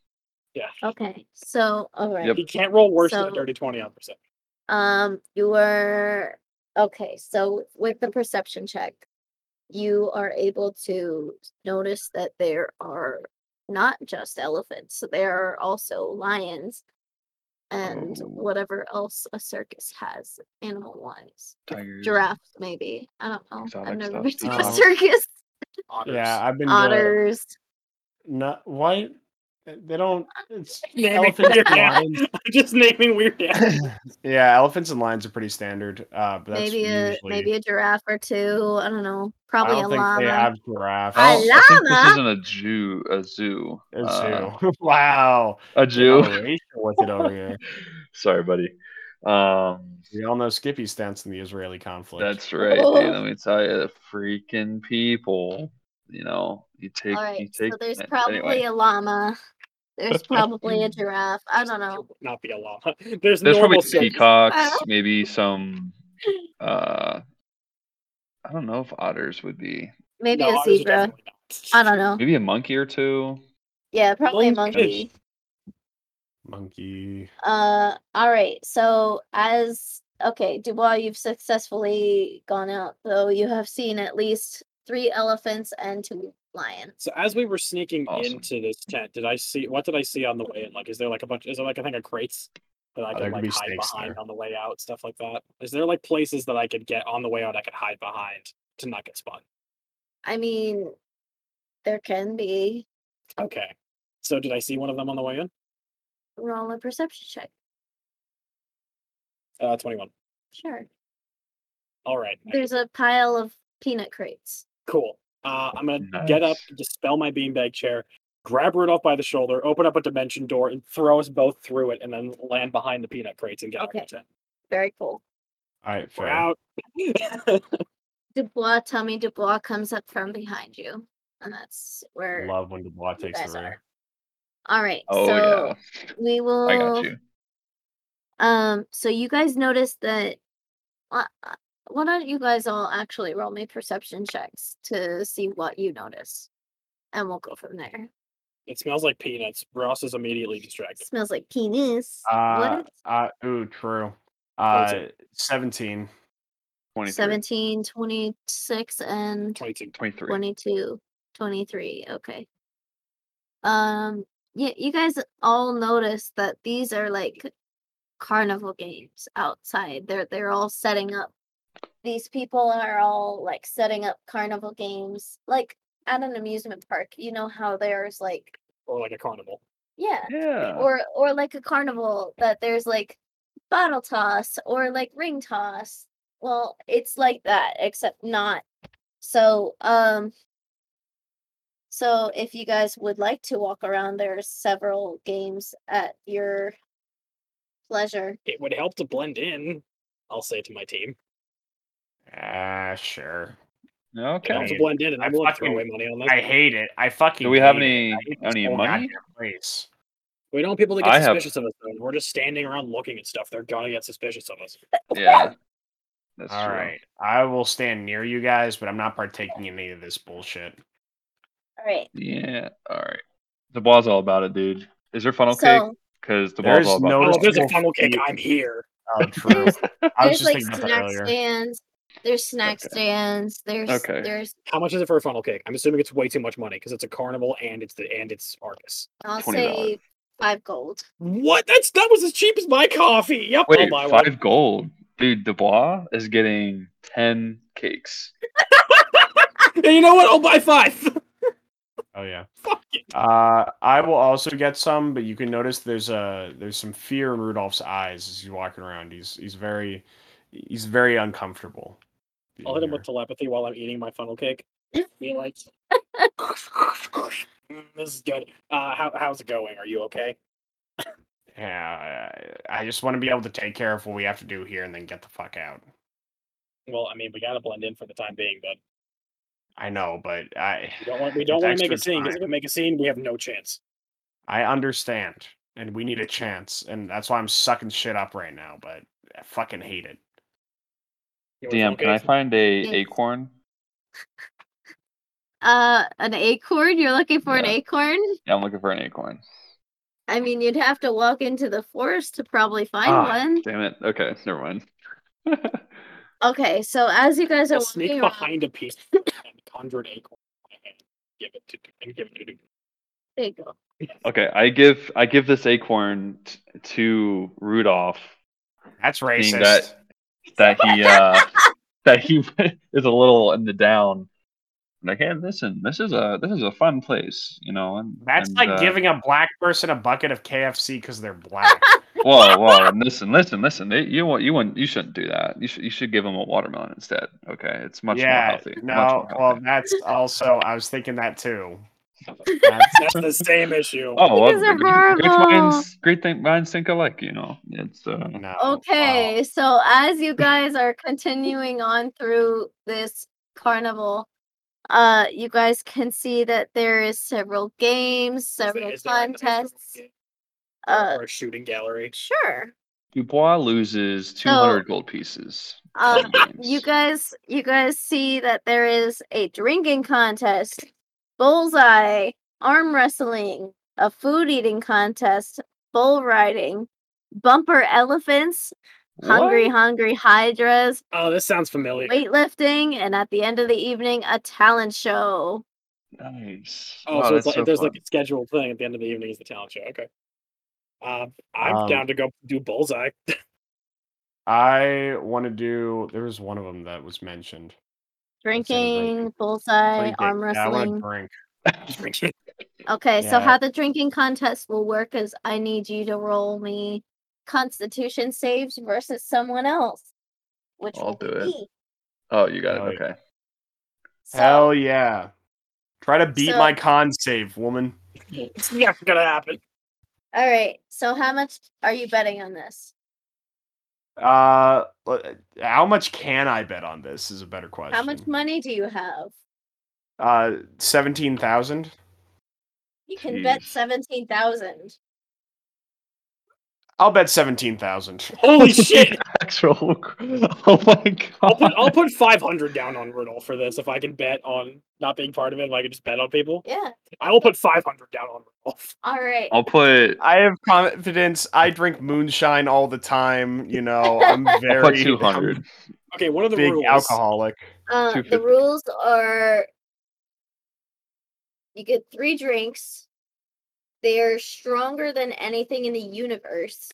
Okay, so all right. Yep. You can't roll worse than a So- dirty twenty on *laughs* perception. Um, you were okay. So with the perception check, you are able to notice that there are not just elephants; there are also lions and Oh. whatever else a circus has animal-wise. Tigers. Giraffes, maybe. I don't know. I've Exotic never Hmm. stuff. been to a Oh. circus. Otters. Yeah, I've been to- Otters. Not why eh, they don't. *laughs* It's Naming elephants weird and animals. lions. I'm *laughs* just naming weird animals. yeah, elephants and lions are pretty standard. Uh, but that's Maybe a usually, maybe a giraffe or two. I don't know. I Probably don't a think llama. they have giraffes. I I, don't- I think llama? this isn't a Jew. A zoo. A Uh, zoo. *laughs* wow. *laughs* Oh, a We're Jew. all racial with it over here. Sorry, buddy. Um, We all know Skippy stance in the Israeli conflict. that's right. Oh. dude. Let me tell you, the freaking people. You know, you take. All right. you take so there's a- probably anyway. a llama. *laughs* There's probably a giraffe. I *laughs* don't know. Not be a llama. There's, There's normal probably circus. peacocks. don't- Maybe *laughs* some. Uh, I don't know if otters would be. Maybe No, a otters are zebra. definitely not. I *laughs* don't know. Maybe a monkey or two. Yeah, probably a Monkey. monkey. Monkey. Uh, all right. So as okay, Dubois, you've successfully gone out, though you have seen at least three elephants and two lions. So as we were sneaking Awesome. into this tent, did I see what did I see on the way in? Like, is there like a bunch? Is there like a thing of crates that I Oh, there could like could be hide snakes behind there. on the way out, stuff like that? Is there like places that I could get on the way out I could hide behind to not get spotted? I mean, there can be Okay. So did I see one of them on the way in? roll a perception check. Uh, twenty-one. Sure. All right. There's a pile of peanut crates. Cool. Uh, I'm gonna get up, Nice. dispel my beanbag chair, grab Rudolph by the shoulder, open up a dimension door, and throw us both through it, and then land behind the peanut crates and get out of Okay. the tent. Very cool. All right, We're fair. out. Dubois, Tommy Dubois comes up from behind you, and that's where Love when Dubois takes guys the are. rear. All right. Oh so yeah, we will. I got you. Um. So you guys noticed that. why- uh, Why don't you guys all actually roll me perception checks to see what you notice, and we'll go from there. it smells like peanuts. Ross is immediately distracted. smells like penis. Uh, what? uh, ooh, true. What is Uh, 17. 23. 17, 26, and Twenty-two. 23. 22 23 okay um yeah you guys all notice that these are like carnival games outside they're they're all setting up these people are all like setting up carnival games like at an amusement park you know how there's like or like a carnival. yeah Yeah. or or like a carnival that there's like bottle toss or like ring toss well it's like that except not so um so if you guys would like to walk around there's several games at your pleasure It would help to blend in. I'll say to my team, Ah, sure. it helps to Okay. Yeah. blend in, and I I'm willing to throw fucking- away money on I that. hate it. I fucking Do we have hate it. any I hate this any whole money? goddamn Place. We don't want people to I get have- suspicious of us. Though. We're just standing around looking at stuff. They're gonna get suspicious of us. Yeah. That's All true. right. I will stand near you guys, but I'm not partaking in any of this bullshit. all right Yeah. All right. The ball's all about it, dude. Is there funnel cake? so 'Because the There's ball's all about no- Oh, Notice there's a people funnel cake. feed- I'm here. Oh, true. *laughs* there's, I was there's just like thinking about snack that earlier. stands there's snack Okay. stands there's Okay. there's How much is it for a funnel cake? I'm assuming it's way too much money because it's a carnival and it's the and it's Arcus. i'll $20. say five gold What? That's that was as cheap as my coffee. Yep. Wait, I'll buy five one. gold. Dude, Dubois is getting 10 cakes. And you know what? I'll buy five. *laughs* Oh yeah. Fuck it. Uh, I will also get some, but you can notice there's a there's some fear in Rudolph's eyes as he's walking around. He's he's very he's very uncomfortable. being I'll hit him here. with telepathy while I'm eating my funnel cake. Be *laughs* like, "Mm, this is good. Uh, how, how's it going? Are you okay? Yeah, I, I just want to be able to take care of what we have to do here and then get the fuck out. Well, I mean, we gotta blend in for the time being, but I know, but I we don't want we it's don't want to make a extra scene because if time. we make a scene, we have no chance. I understand, and we need a chance, and that's why I'm sucking shit up right now. But I fucking hate it. It was DM, can I location. find a Yes. acorn? Uh, an acorn? You're looking for an Yeah. acorn? Yeah, I'm looking for an acorn. I mean, you'd have to walk into the forest to probably find Ah, one. Damn it. Okay, never mind. *laughs* Okay, so as you guys are I'll walking sneak around, behind a piece *laughs* and conjure an acorn in my hand, give it to and give it to there you go. okay, I give I give this acorn t- to Rudolph, That's seeing racist. that that he uh that he *laughs* is a little in the down. Like, hey, listen, this is a this is a fun place, you know. And That's and, like uh, giving a black person a bucket of KFC because they're black. Whoa, whoa! and Listen, listen, listen! You you want you want you shouldn't do that. You should you should give him a watermelon instead. Okay, it's *laughs* much more yeah, healthy. much no, more well, healthy. that's also I was thinking that too. *laughs* That's the same issue. Oh, well, These are great- great horrible. minds, great thing, minds think alike. You know, it's uh, Mm-hmm. No, Oh, Okay, so as you guys are continuing on through this carnival, uh, you guys can see that there is several games, Is several there- is there a nice little contests. game Uh, or a shooting gallery. sure. Dubois loses two hundred gold pieces. Um, Games. you guys, you guys see that there is a drinking contest, bullseye, arm wrestling, a food eating contest, bull riding, bumper elephants, hungry, hungry hydras, *laughs* Oh, this sounds familiar. weightlifting, and at the end of the evening, a talent show. Nice. Oh, Wow, so it's that's like there's fun. like a scheduled thing at the end of the evening is the talent show. Okay. Um, I'm Um, down to go do bullseye. I want to do. There was one of them that was mentioned. Drinking, bullseye, Drinking. arm Yeah, I wanna wrestling. drink. Okay, so Yeah. how the drinking contest will work is I need you to roll me constitution saves versus someone else, which I'll will be do it. me. Oh, you got Oh, it. yeah. Okay. *laughs* So, Hell yeah! Try to beat So- my con save, woman. it's never gonna happen. all right. So, how much are you betting on this? Uh, l- how much can I bet on this? Is a better question. How much money do you have? Uh, seventeen thousand. You can bet Jeez. seventeen thousand. I'll bet seventeen thousand. Holy shit! Actual. Oh my god. I'll put I'll put 500 down on Rudolph for this if I can bet on not being part of it. If I can just bet on people, Yeah. I will put 500 down on Rudolph. All right. I'll put I have confidence. I drink moonshine all the time. You know, I'm I'll very put two hundred. *laughs* *laughs* Okay, what are the big rules? alcoholic. Uh, the 250. rules are you get three drinks. They are stronger than anything in the universe.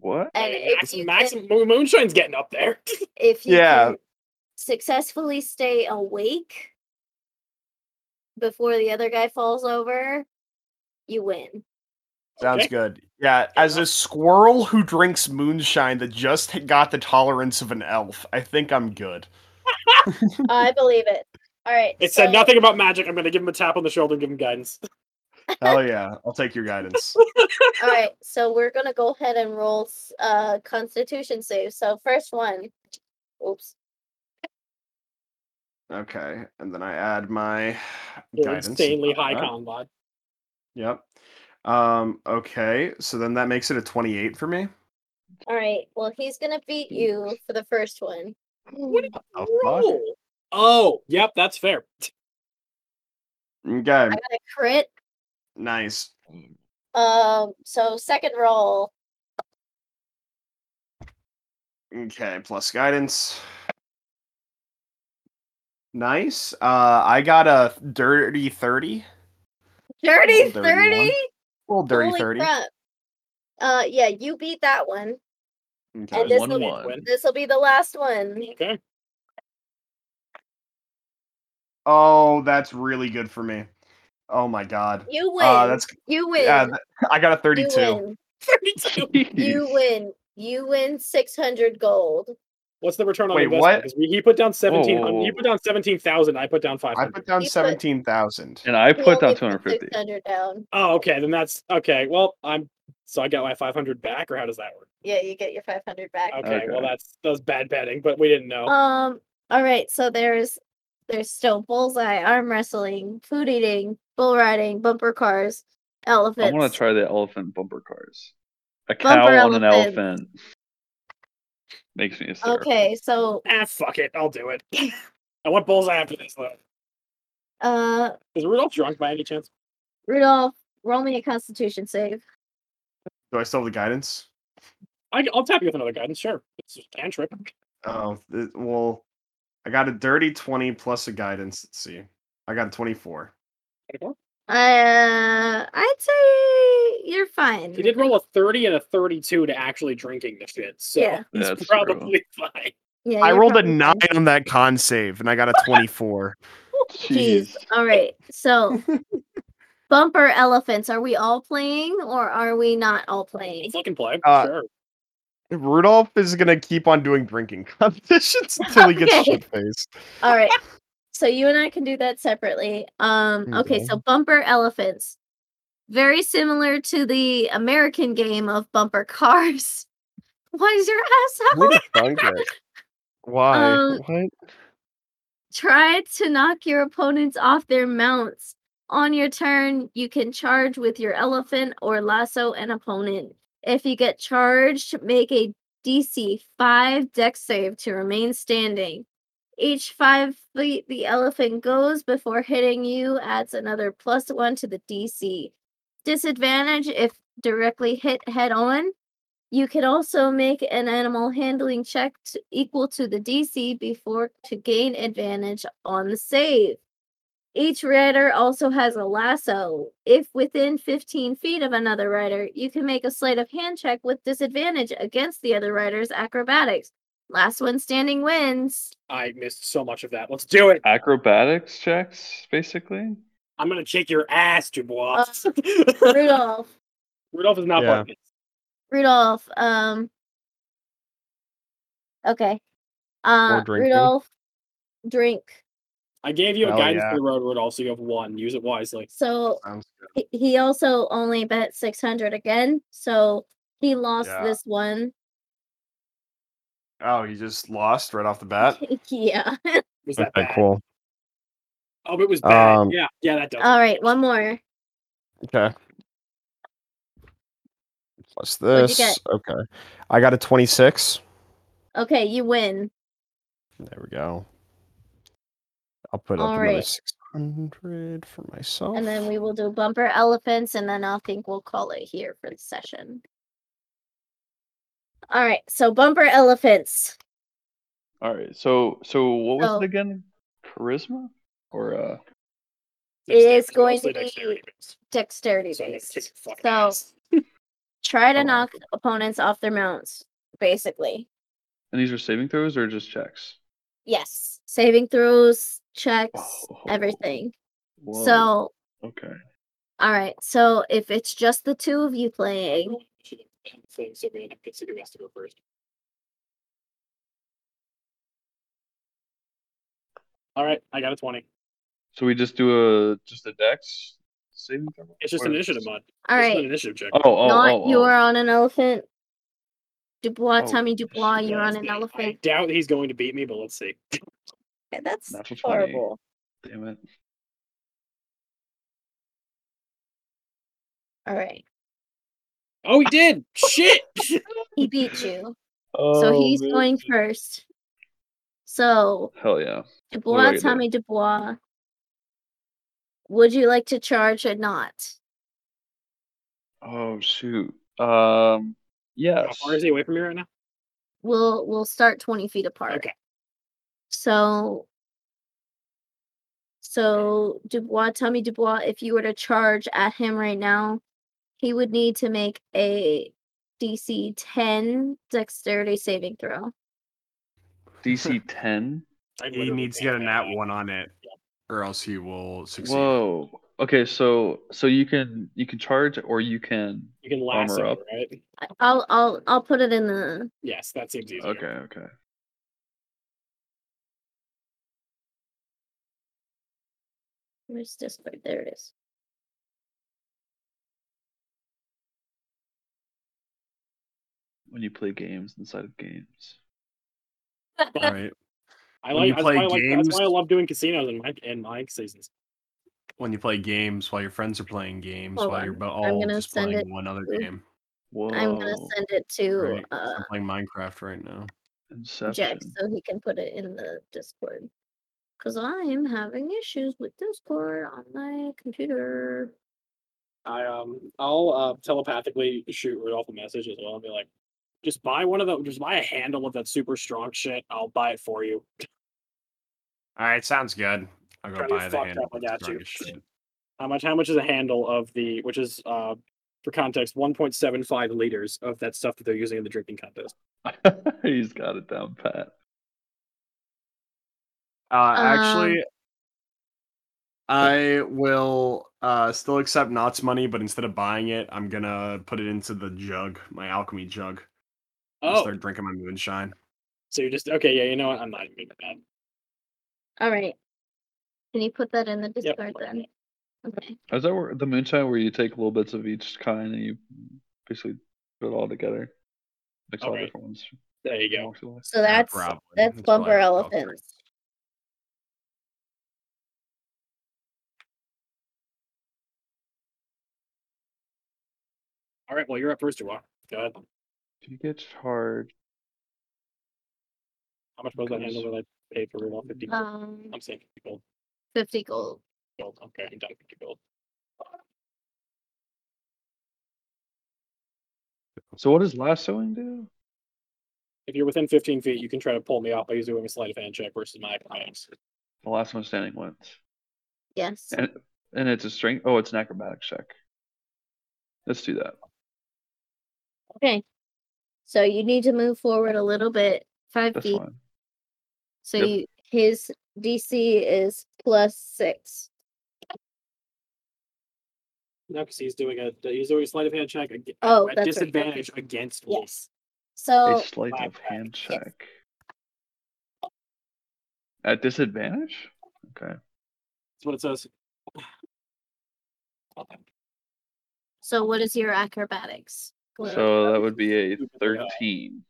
What? And Hey, if Max, you, Max- can, Moonshine's getting up *laughs* there. if you Yeah. can successfully stay awake before the other guy falls over, you win. Sounds Okay. good. Yeah, as a squirrel who drinks moonshine that just got the tolerance of an elf, I think I'm good. I believe it. All right. It so- said nothing about magic. I'm gonna give him a tap on the shoulder and give him guidance. *laughs* Hell yeah, I'll take your guidance. All *laughs* right. So we're going to go ahead and roll s- uh, constitution save. So, first one. Oops. Okay, and then I add my *sighs* You're guidance. insanely high Uh, con mod. Yep. Um. Okay, so then that makes it a 28 for me. All right. Well, he's going to beat you for the first one. Hmm. Oh, fuck. Roll. Oh, yep, that's *laughs* fair. Okay, I got a crit. nice. Um, so second roll. Okay, plus guidance. Nice. Uh, I got a dirty 30. Dirty Dirty one. 30? Well, dirty Holy 30. crap. Uh yeah, you beat that one. Okay. And this One will be, one. this will be the last one. Okay. *laughs* Oh, that's really good for me. Oh my god. You win. Uh, that's you win. yeah, th- I got a you 32. win. 32. You win. You win 600 gold. What's the return on Wait, investment? what? 'Cause we- He put down 17. whoa, He whoa. put down 17,000. I put down I 500. put down You put- 17,000. And I He put down only two hundred fifty. 600 down. Oh, okay. Then that's okay. Well, I'm so I got my 500 back, or how does that work? Yeah, you get your 500 back. Okay. Okay. Well, that's that was bad betting, but we didn't know. Um. All right. So there's there's still bullseye, arm wrestling, food eating, bull riding, bumper cars, I elephants. want to try the elephant bumper cars. A Bumper cow on an elephant. elephant. Makes me a star. Okay, so Ah, fuck it. I'll *laughs* do it. I want bullseye after this, though. uh Is Rudolph drunk by any chance? Rudolph, roll me a constitution save. Do I still have the guidance? I, I'll tap you with another guidance. Sure. It's a cantrip. Oh, th- well, I got a dirty 20 plus a guidance. Let's see. I got a 24. Uh I'd say you're fine. He did roll a 30 and a 32 to actually drinking the shit. So Yeah. it's That's brutal. probably fine. Yeah, I you're rolled a probably nine fine. on that con save, and I got a twenty-four. *laughs* Jeez. All right. *laughs* So bumper elephants, are we all playing or are we not all playing? Let's look and play. Uh, sure. Rudolph is gonna keep on doing drinking *laughs* *laughs* competitions until he gets Okay. shit faced. All right. So you and I can do that separately. Um okay, Okay. so bumper elephants. Very similar to the American game of bumper cars. *laughs* Why is your ass out? What a bunker. Why? Um, what? Try to knock your opponents off their mounts. On your turn, you can charge with your elephant or lasso an opponent. If you get charged, make a DC 5 dex save to remain standing. Each 5 feet the elephant goes before hitting you adds another plus 1 to the DC. Disadvantage if directly hit head on. You can also make an animal handling check to equal to the DC before to gain advantage on the save. Each rider also has a lasso. If within 15 feet of another rider, you can make a sleight of hand check with disadvantage against the other rider's acrobatics. Last one standing wins. I missed so much of that. Let's do it. Acrobatics checks, basically. I'm going to shake your ass, Dubois. Uh, Rudolph, *laughs* Rudolph is not Yeah. playing. Rudolph, um Okay. Uh drinking. Rudolph drink. I gave you a Hell guidance yeah. to the road Rudolph, so you have one. Use it wisely. So Sounds he- he also only bet 600 again so he lost Yeah. this one *laughs* Oh, he just lost right off the bat. yeah Was that bad? cool. Oh, it was bad. Um, yeah, yeah, that does. all right one more Okay. Plus What'd you this. Okay. I got a twenty-six. okay you win There we go. I'll put All up another right. six hundred for myself. and then we will do bumper elephants and then i think we'll call it here for the session all right so bumper elephants All right. So, so what was So- it again? Charisma or uh? it is Dexterity, going mostly to dexterity be based, dexterity so I'm gonna kick based your fucking So- ass. try to Oh. knock opponents off their mounts basically And these are saving throws or just checks? yes saving throws checks Oh. everything Whoa, so okay. All right, so if it's just the two of you playing, Should have been thing, so we end up considering who has to go first. All right, I got a twenty. So we just do a just a dex saving throw. It's just Or an is- initiative mod. all It's an right, initiative check. Oh, oh, not oh, you oh. are on an elephant. Dubois, Oh, Tommy Dubois, shit, you're on that's an me. I I elephant. doubt he's going to beat me, but let's see. *laughs* Okay, That's Natural 20. horrible. Damn it. All right, Oh, he did. *laughs* Shit. he beat you, Oh, so he's man. going first. So Hell yeah. do I Dubois, do? Tommy Dubois, would you like to charge or not? Oh shoot. Um. How Yes. far *laughs* is he away from me right now? We'll we'll start twenty feet apart. Okay. So, so Dubois, Tommy Dubois, if you were to charge at him right now, he would need to make a DC 10 dexterity saving throw. DC ten. I he literally needs to get can't a now. nat one on it, or else he will succeed. Whoa. Okay. So so you can you can charge or you can. You can Armor lasso, up. right? I- I'll I'll I'll put it in the Yes, that seems easier. Okay. Okay. where's Discord? There it is. When you play games inside of games. All right. I When like, you that's, play why I like that's games- why I love doing casinos in my in my seasons. When you play games while your friends are playing games, Hold while on. you're bo- I'm all gonna just send playing it one other to- game. Whoa. I'm gonna send it to Right. 'cause uh I'm playing Minecraft right now. Jack Inception. so he can put it in the Discord. Because I'm having issues with Discord on my computer. I um I'll uh, telepathically shoot Rudolph a message as well and be like, just buy one of the just buy a handle of that super strong shit. I'll buy it for you. All right, sounds good. I'll go Trying to buy be the fucked handle. up, I got you. Shit. How much how much is a handle of the which is uh for context, 1.75 liters of that stuff that they're using in the drinking contest. *laughs* He's got it down pat. Uh, Um, actually, I will uh, still accept Knott's money, but instead of buying it, I'm gonna put it into the jug, my alchemy jug. and Oh, Start drinking my moonshine. so you're just okay? Yeah, you know what? I'm not even gonna do All right. Can you put that in the Discord Yep. then? Okay. Is that where the moonshine where you take little bits of each kind and you basically put it all together? Mix all Okay. different ones. that. There you from go. walks of life. So that's probably. that's It's bumper probably- elephants. All right, well you're up first, Duwa. Go ahead. Do you get charged? How much was that Okay. handle that I paid for Rudolph? 50 gold. Um, I'm saying 50 gold. fifty gold. gold. Okay, I'm done 50 gold. So what does lassoing do? If you're within 15 feet, you can try to pull me off by using a sleight of hand check versus my acrobatics. The last one standing wins. Yes. And and it's a string. Oh, it's an acrobatics check. Let's do that. Okay. So you need to move forward a little bit, five That's feet. fine. So Yep. you, his DC is plus six. No, because he's doing a he's doing a sleight of hand check ag- Oh, at that's right, disadvantage against me. Yes. So a sleight my of hand yes. check. At disadvantage? Okay. That's what it says. *sighs* so what is your acrobatics? What- So that would be a Stupid, uh, 13.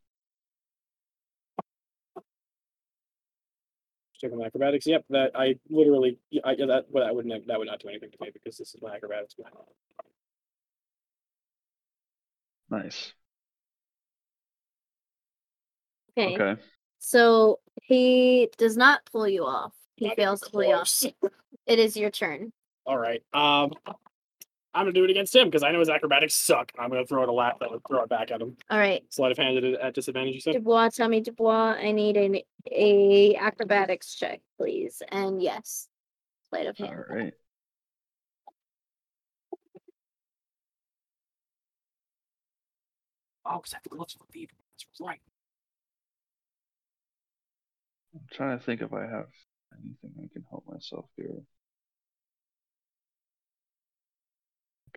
Check on my acrobatics. Yep, that I literally yeah, I, yeah, that well, that wouldn't that would not do anything to me because this is my acrobatics. Nice. okay. Okay. So he does not pull you off. He Not even fails to pull you off. close. *laughs* It is your turn. All right. Um, I'm gonna do it against him because I know his acrobatics suck. I'm gonna throw it a lap that would throw it back at him. All right. Sleight of hand at, at disadvantage. You said. Dubois, tell me, Dubois, I need an a acrobatics check, please. And yes, sleight of *laughs* hand. All right. Oh, because I have the gloves for thief. That's right. I'm trying to think if I have anything I can help myself here.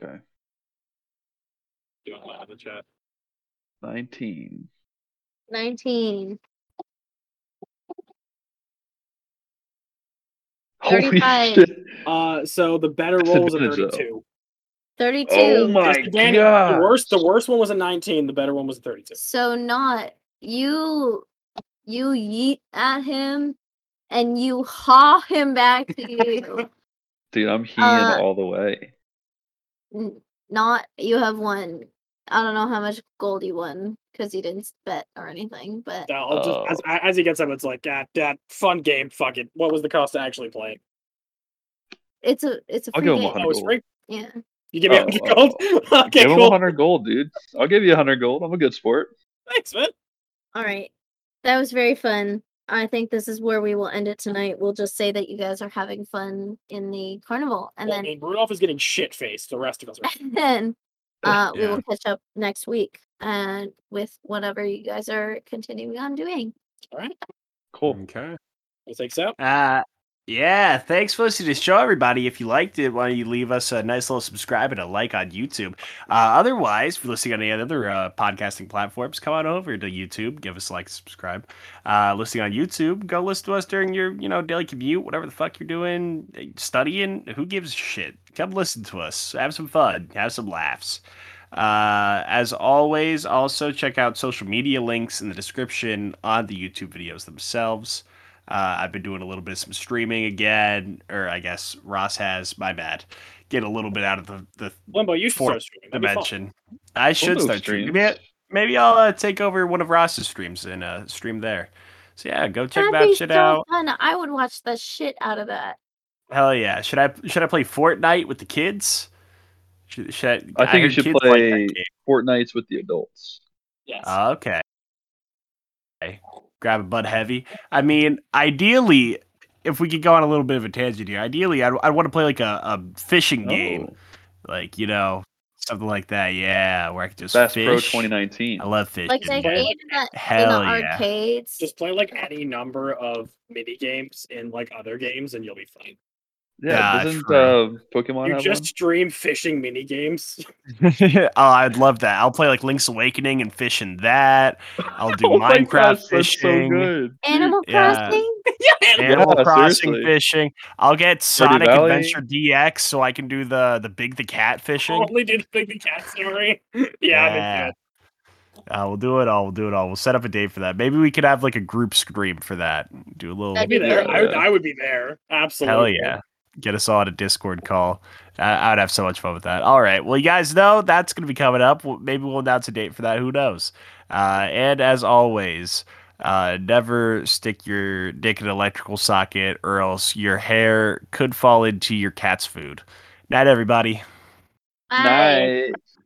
Okay. Doing a lap in the chat. *laughs* 19. 19. Holy 35. shit. Uh, so the better rolls are Disadvantage, though. 32. 32. Oh my Disadvantage. god. The worst, the worst one was a 19. The better one was a 32. So not you you yeet at him and you haw him back to you. Dude, I'm healing Uh, all the way. N- not you have won. I don't know how much gold you won because you didn't bet or anything, but So I'll Oh. just, as, I- as he gets up, it's like, ah, that fun game. Fuck it. What was the cost to actually play? it's a it's a I'll free give him game. 100 Oh, it's gold. free. Yeah. You give me Oh, 100 oh, gold. *laughs* okay, give him cool. 100 gold, dude. I'll give you 100 gold. I'm a good sport. Thanks, man. All right. That was very fun. I think this is where we will end it tonight. We'll just say that you guys are having fun in the carnival and Well, I then mean, Rudolph is getting shit faced. The rest of us are. *laughs* and then uh, we Yeah. will catch up next week and with whatever you guys are continuing on doing. Cool. Okay. It takes out. Uh, yeah, thanks for listening to the show, everybody. If you liked it, why don't you leave us a nice little subscribe and a like on YouTube? Uh, otherwise, if you're listening on any other uh, podcasting platforms, come on over to YouTube, give us a like, subscribe. Uh, listening on YouTube, go listen to us during your you know daily commute, whatever the fuck you're doing, eh, studying. Who gives a shit? Come listen to us, have some fun, have some laughs. Uh, as always, also check out social media links in the description on the YouTube videos themselves. Uh, I've been doing a little bit of some streaming again, or I guess Ross has. My bad. Get a little bit out of the, the Limbo, you should Four start streaming. That'd be fun. dimension. I should We'll do start extremes. streaming. Maybe I, maybe I'll uh, take over one of Ross's streams and uh, stream there. So yeah, go check That'd be that shit so out. Fun. I would watch the shit out of that. Hell yeah! Should I should I play Fortnite with the kids? Should, should I, I think you heard should kids like that play game. Fortnite's with the adults. Yes. Uh. Okay. Okay. Grab a butt heavy. I mean, ideally, if we could go on a little bit of a tangent here, ideally, I'd, I'd want to play like a, a fishing game, Oh, like you know, something like that. Yeah, where I could just Bass fish. Oh, Pro 2019. I love fishing. Like they dude. made in the, in the Hell yeah. arcades. Just play like any number of mini games in like other games, and you'll be fine. Yeah, Yeah, doesn't true. uh, Pokemon You have just stream fishing mini games. *laughs* oh, I'd love that. I'll play like Link's Awakening and fish in that. I'll do one? *laughs* Oh my Minecraft gosh, that's so fishing. good. Animal Yeah. Crossing. *laughs* Animal Yeah, Crossing seriously. fishing. I'll get Sonic Valley. Adventure DX so I can do the the big the cat fishing. Oh, Only did the big cat story. *laughs* yeah, I Yeah. Uh, we'll do it all. We'll do it all. We'll set up a date for that. Maybe we could have like a group scream for that. Do a little. That'd would be there. I would, Yeah. I would be there. Absolutely. Hell yeah. Get us all on a Discord call. Uh, I'd have so much fun with that. All right. Well, you guys know that's going to be coming up. Well, Maybe we'll announce a date for that. Who knows? Uh, and as always, uh, never stick your dick in an electrical socket or else your hair could fall into your cat's food. Night, everybody. Bye. Night.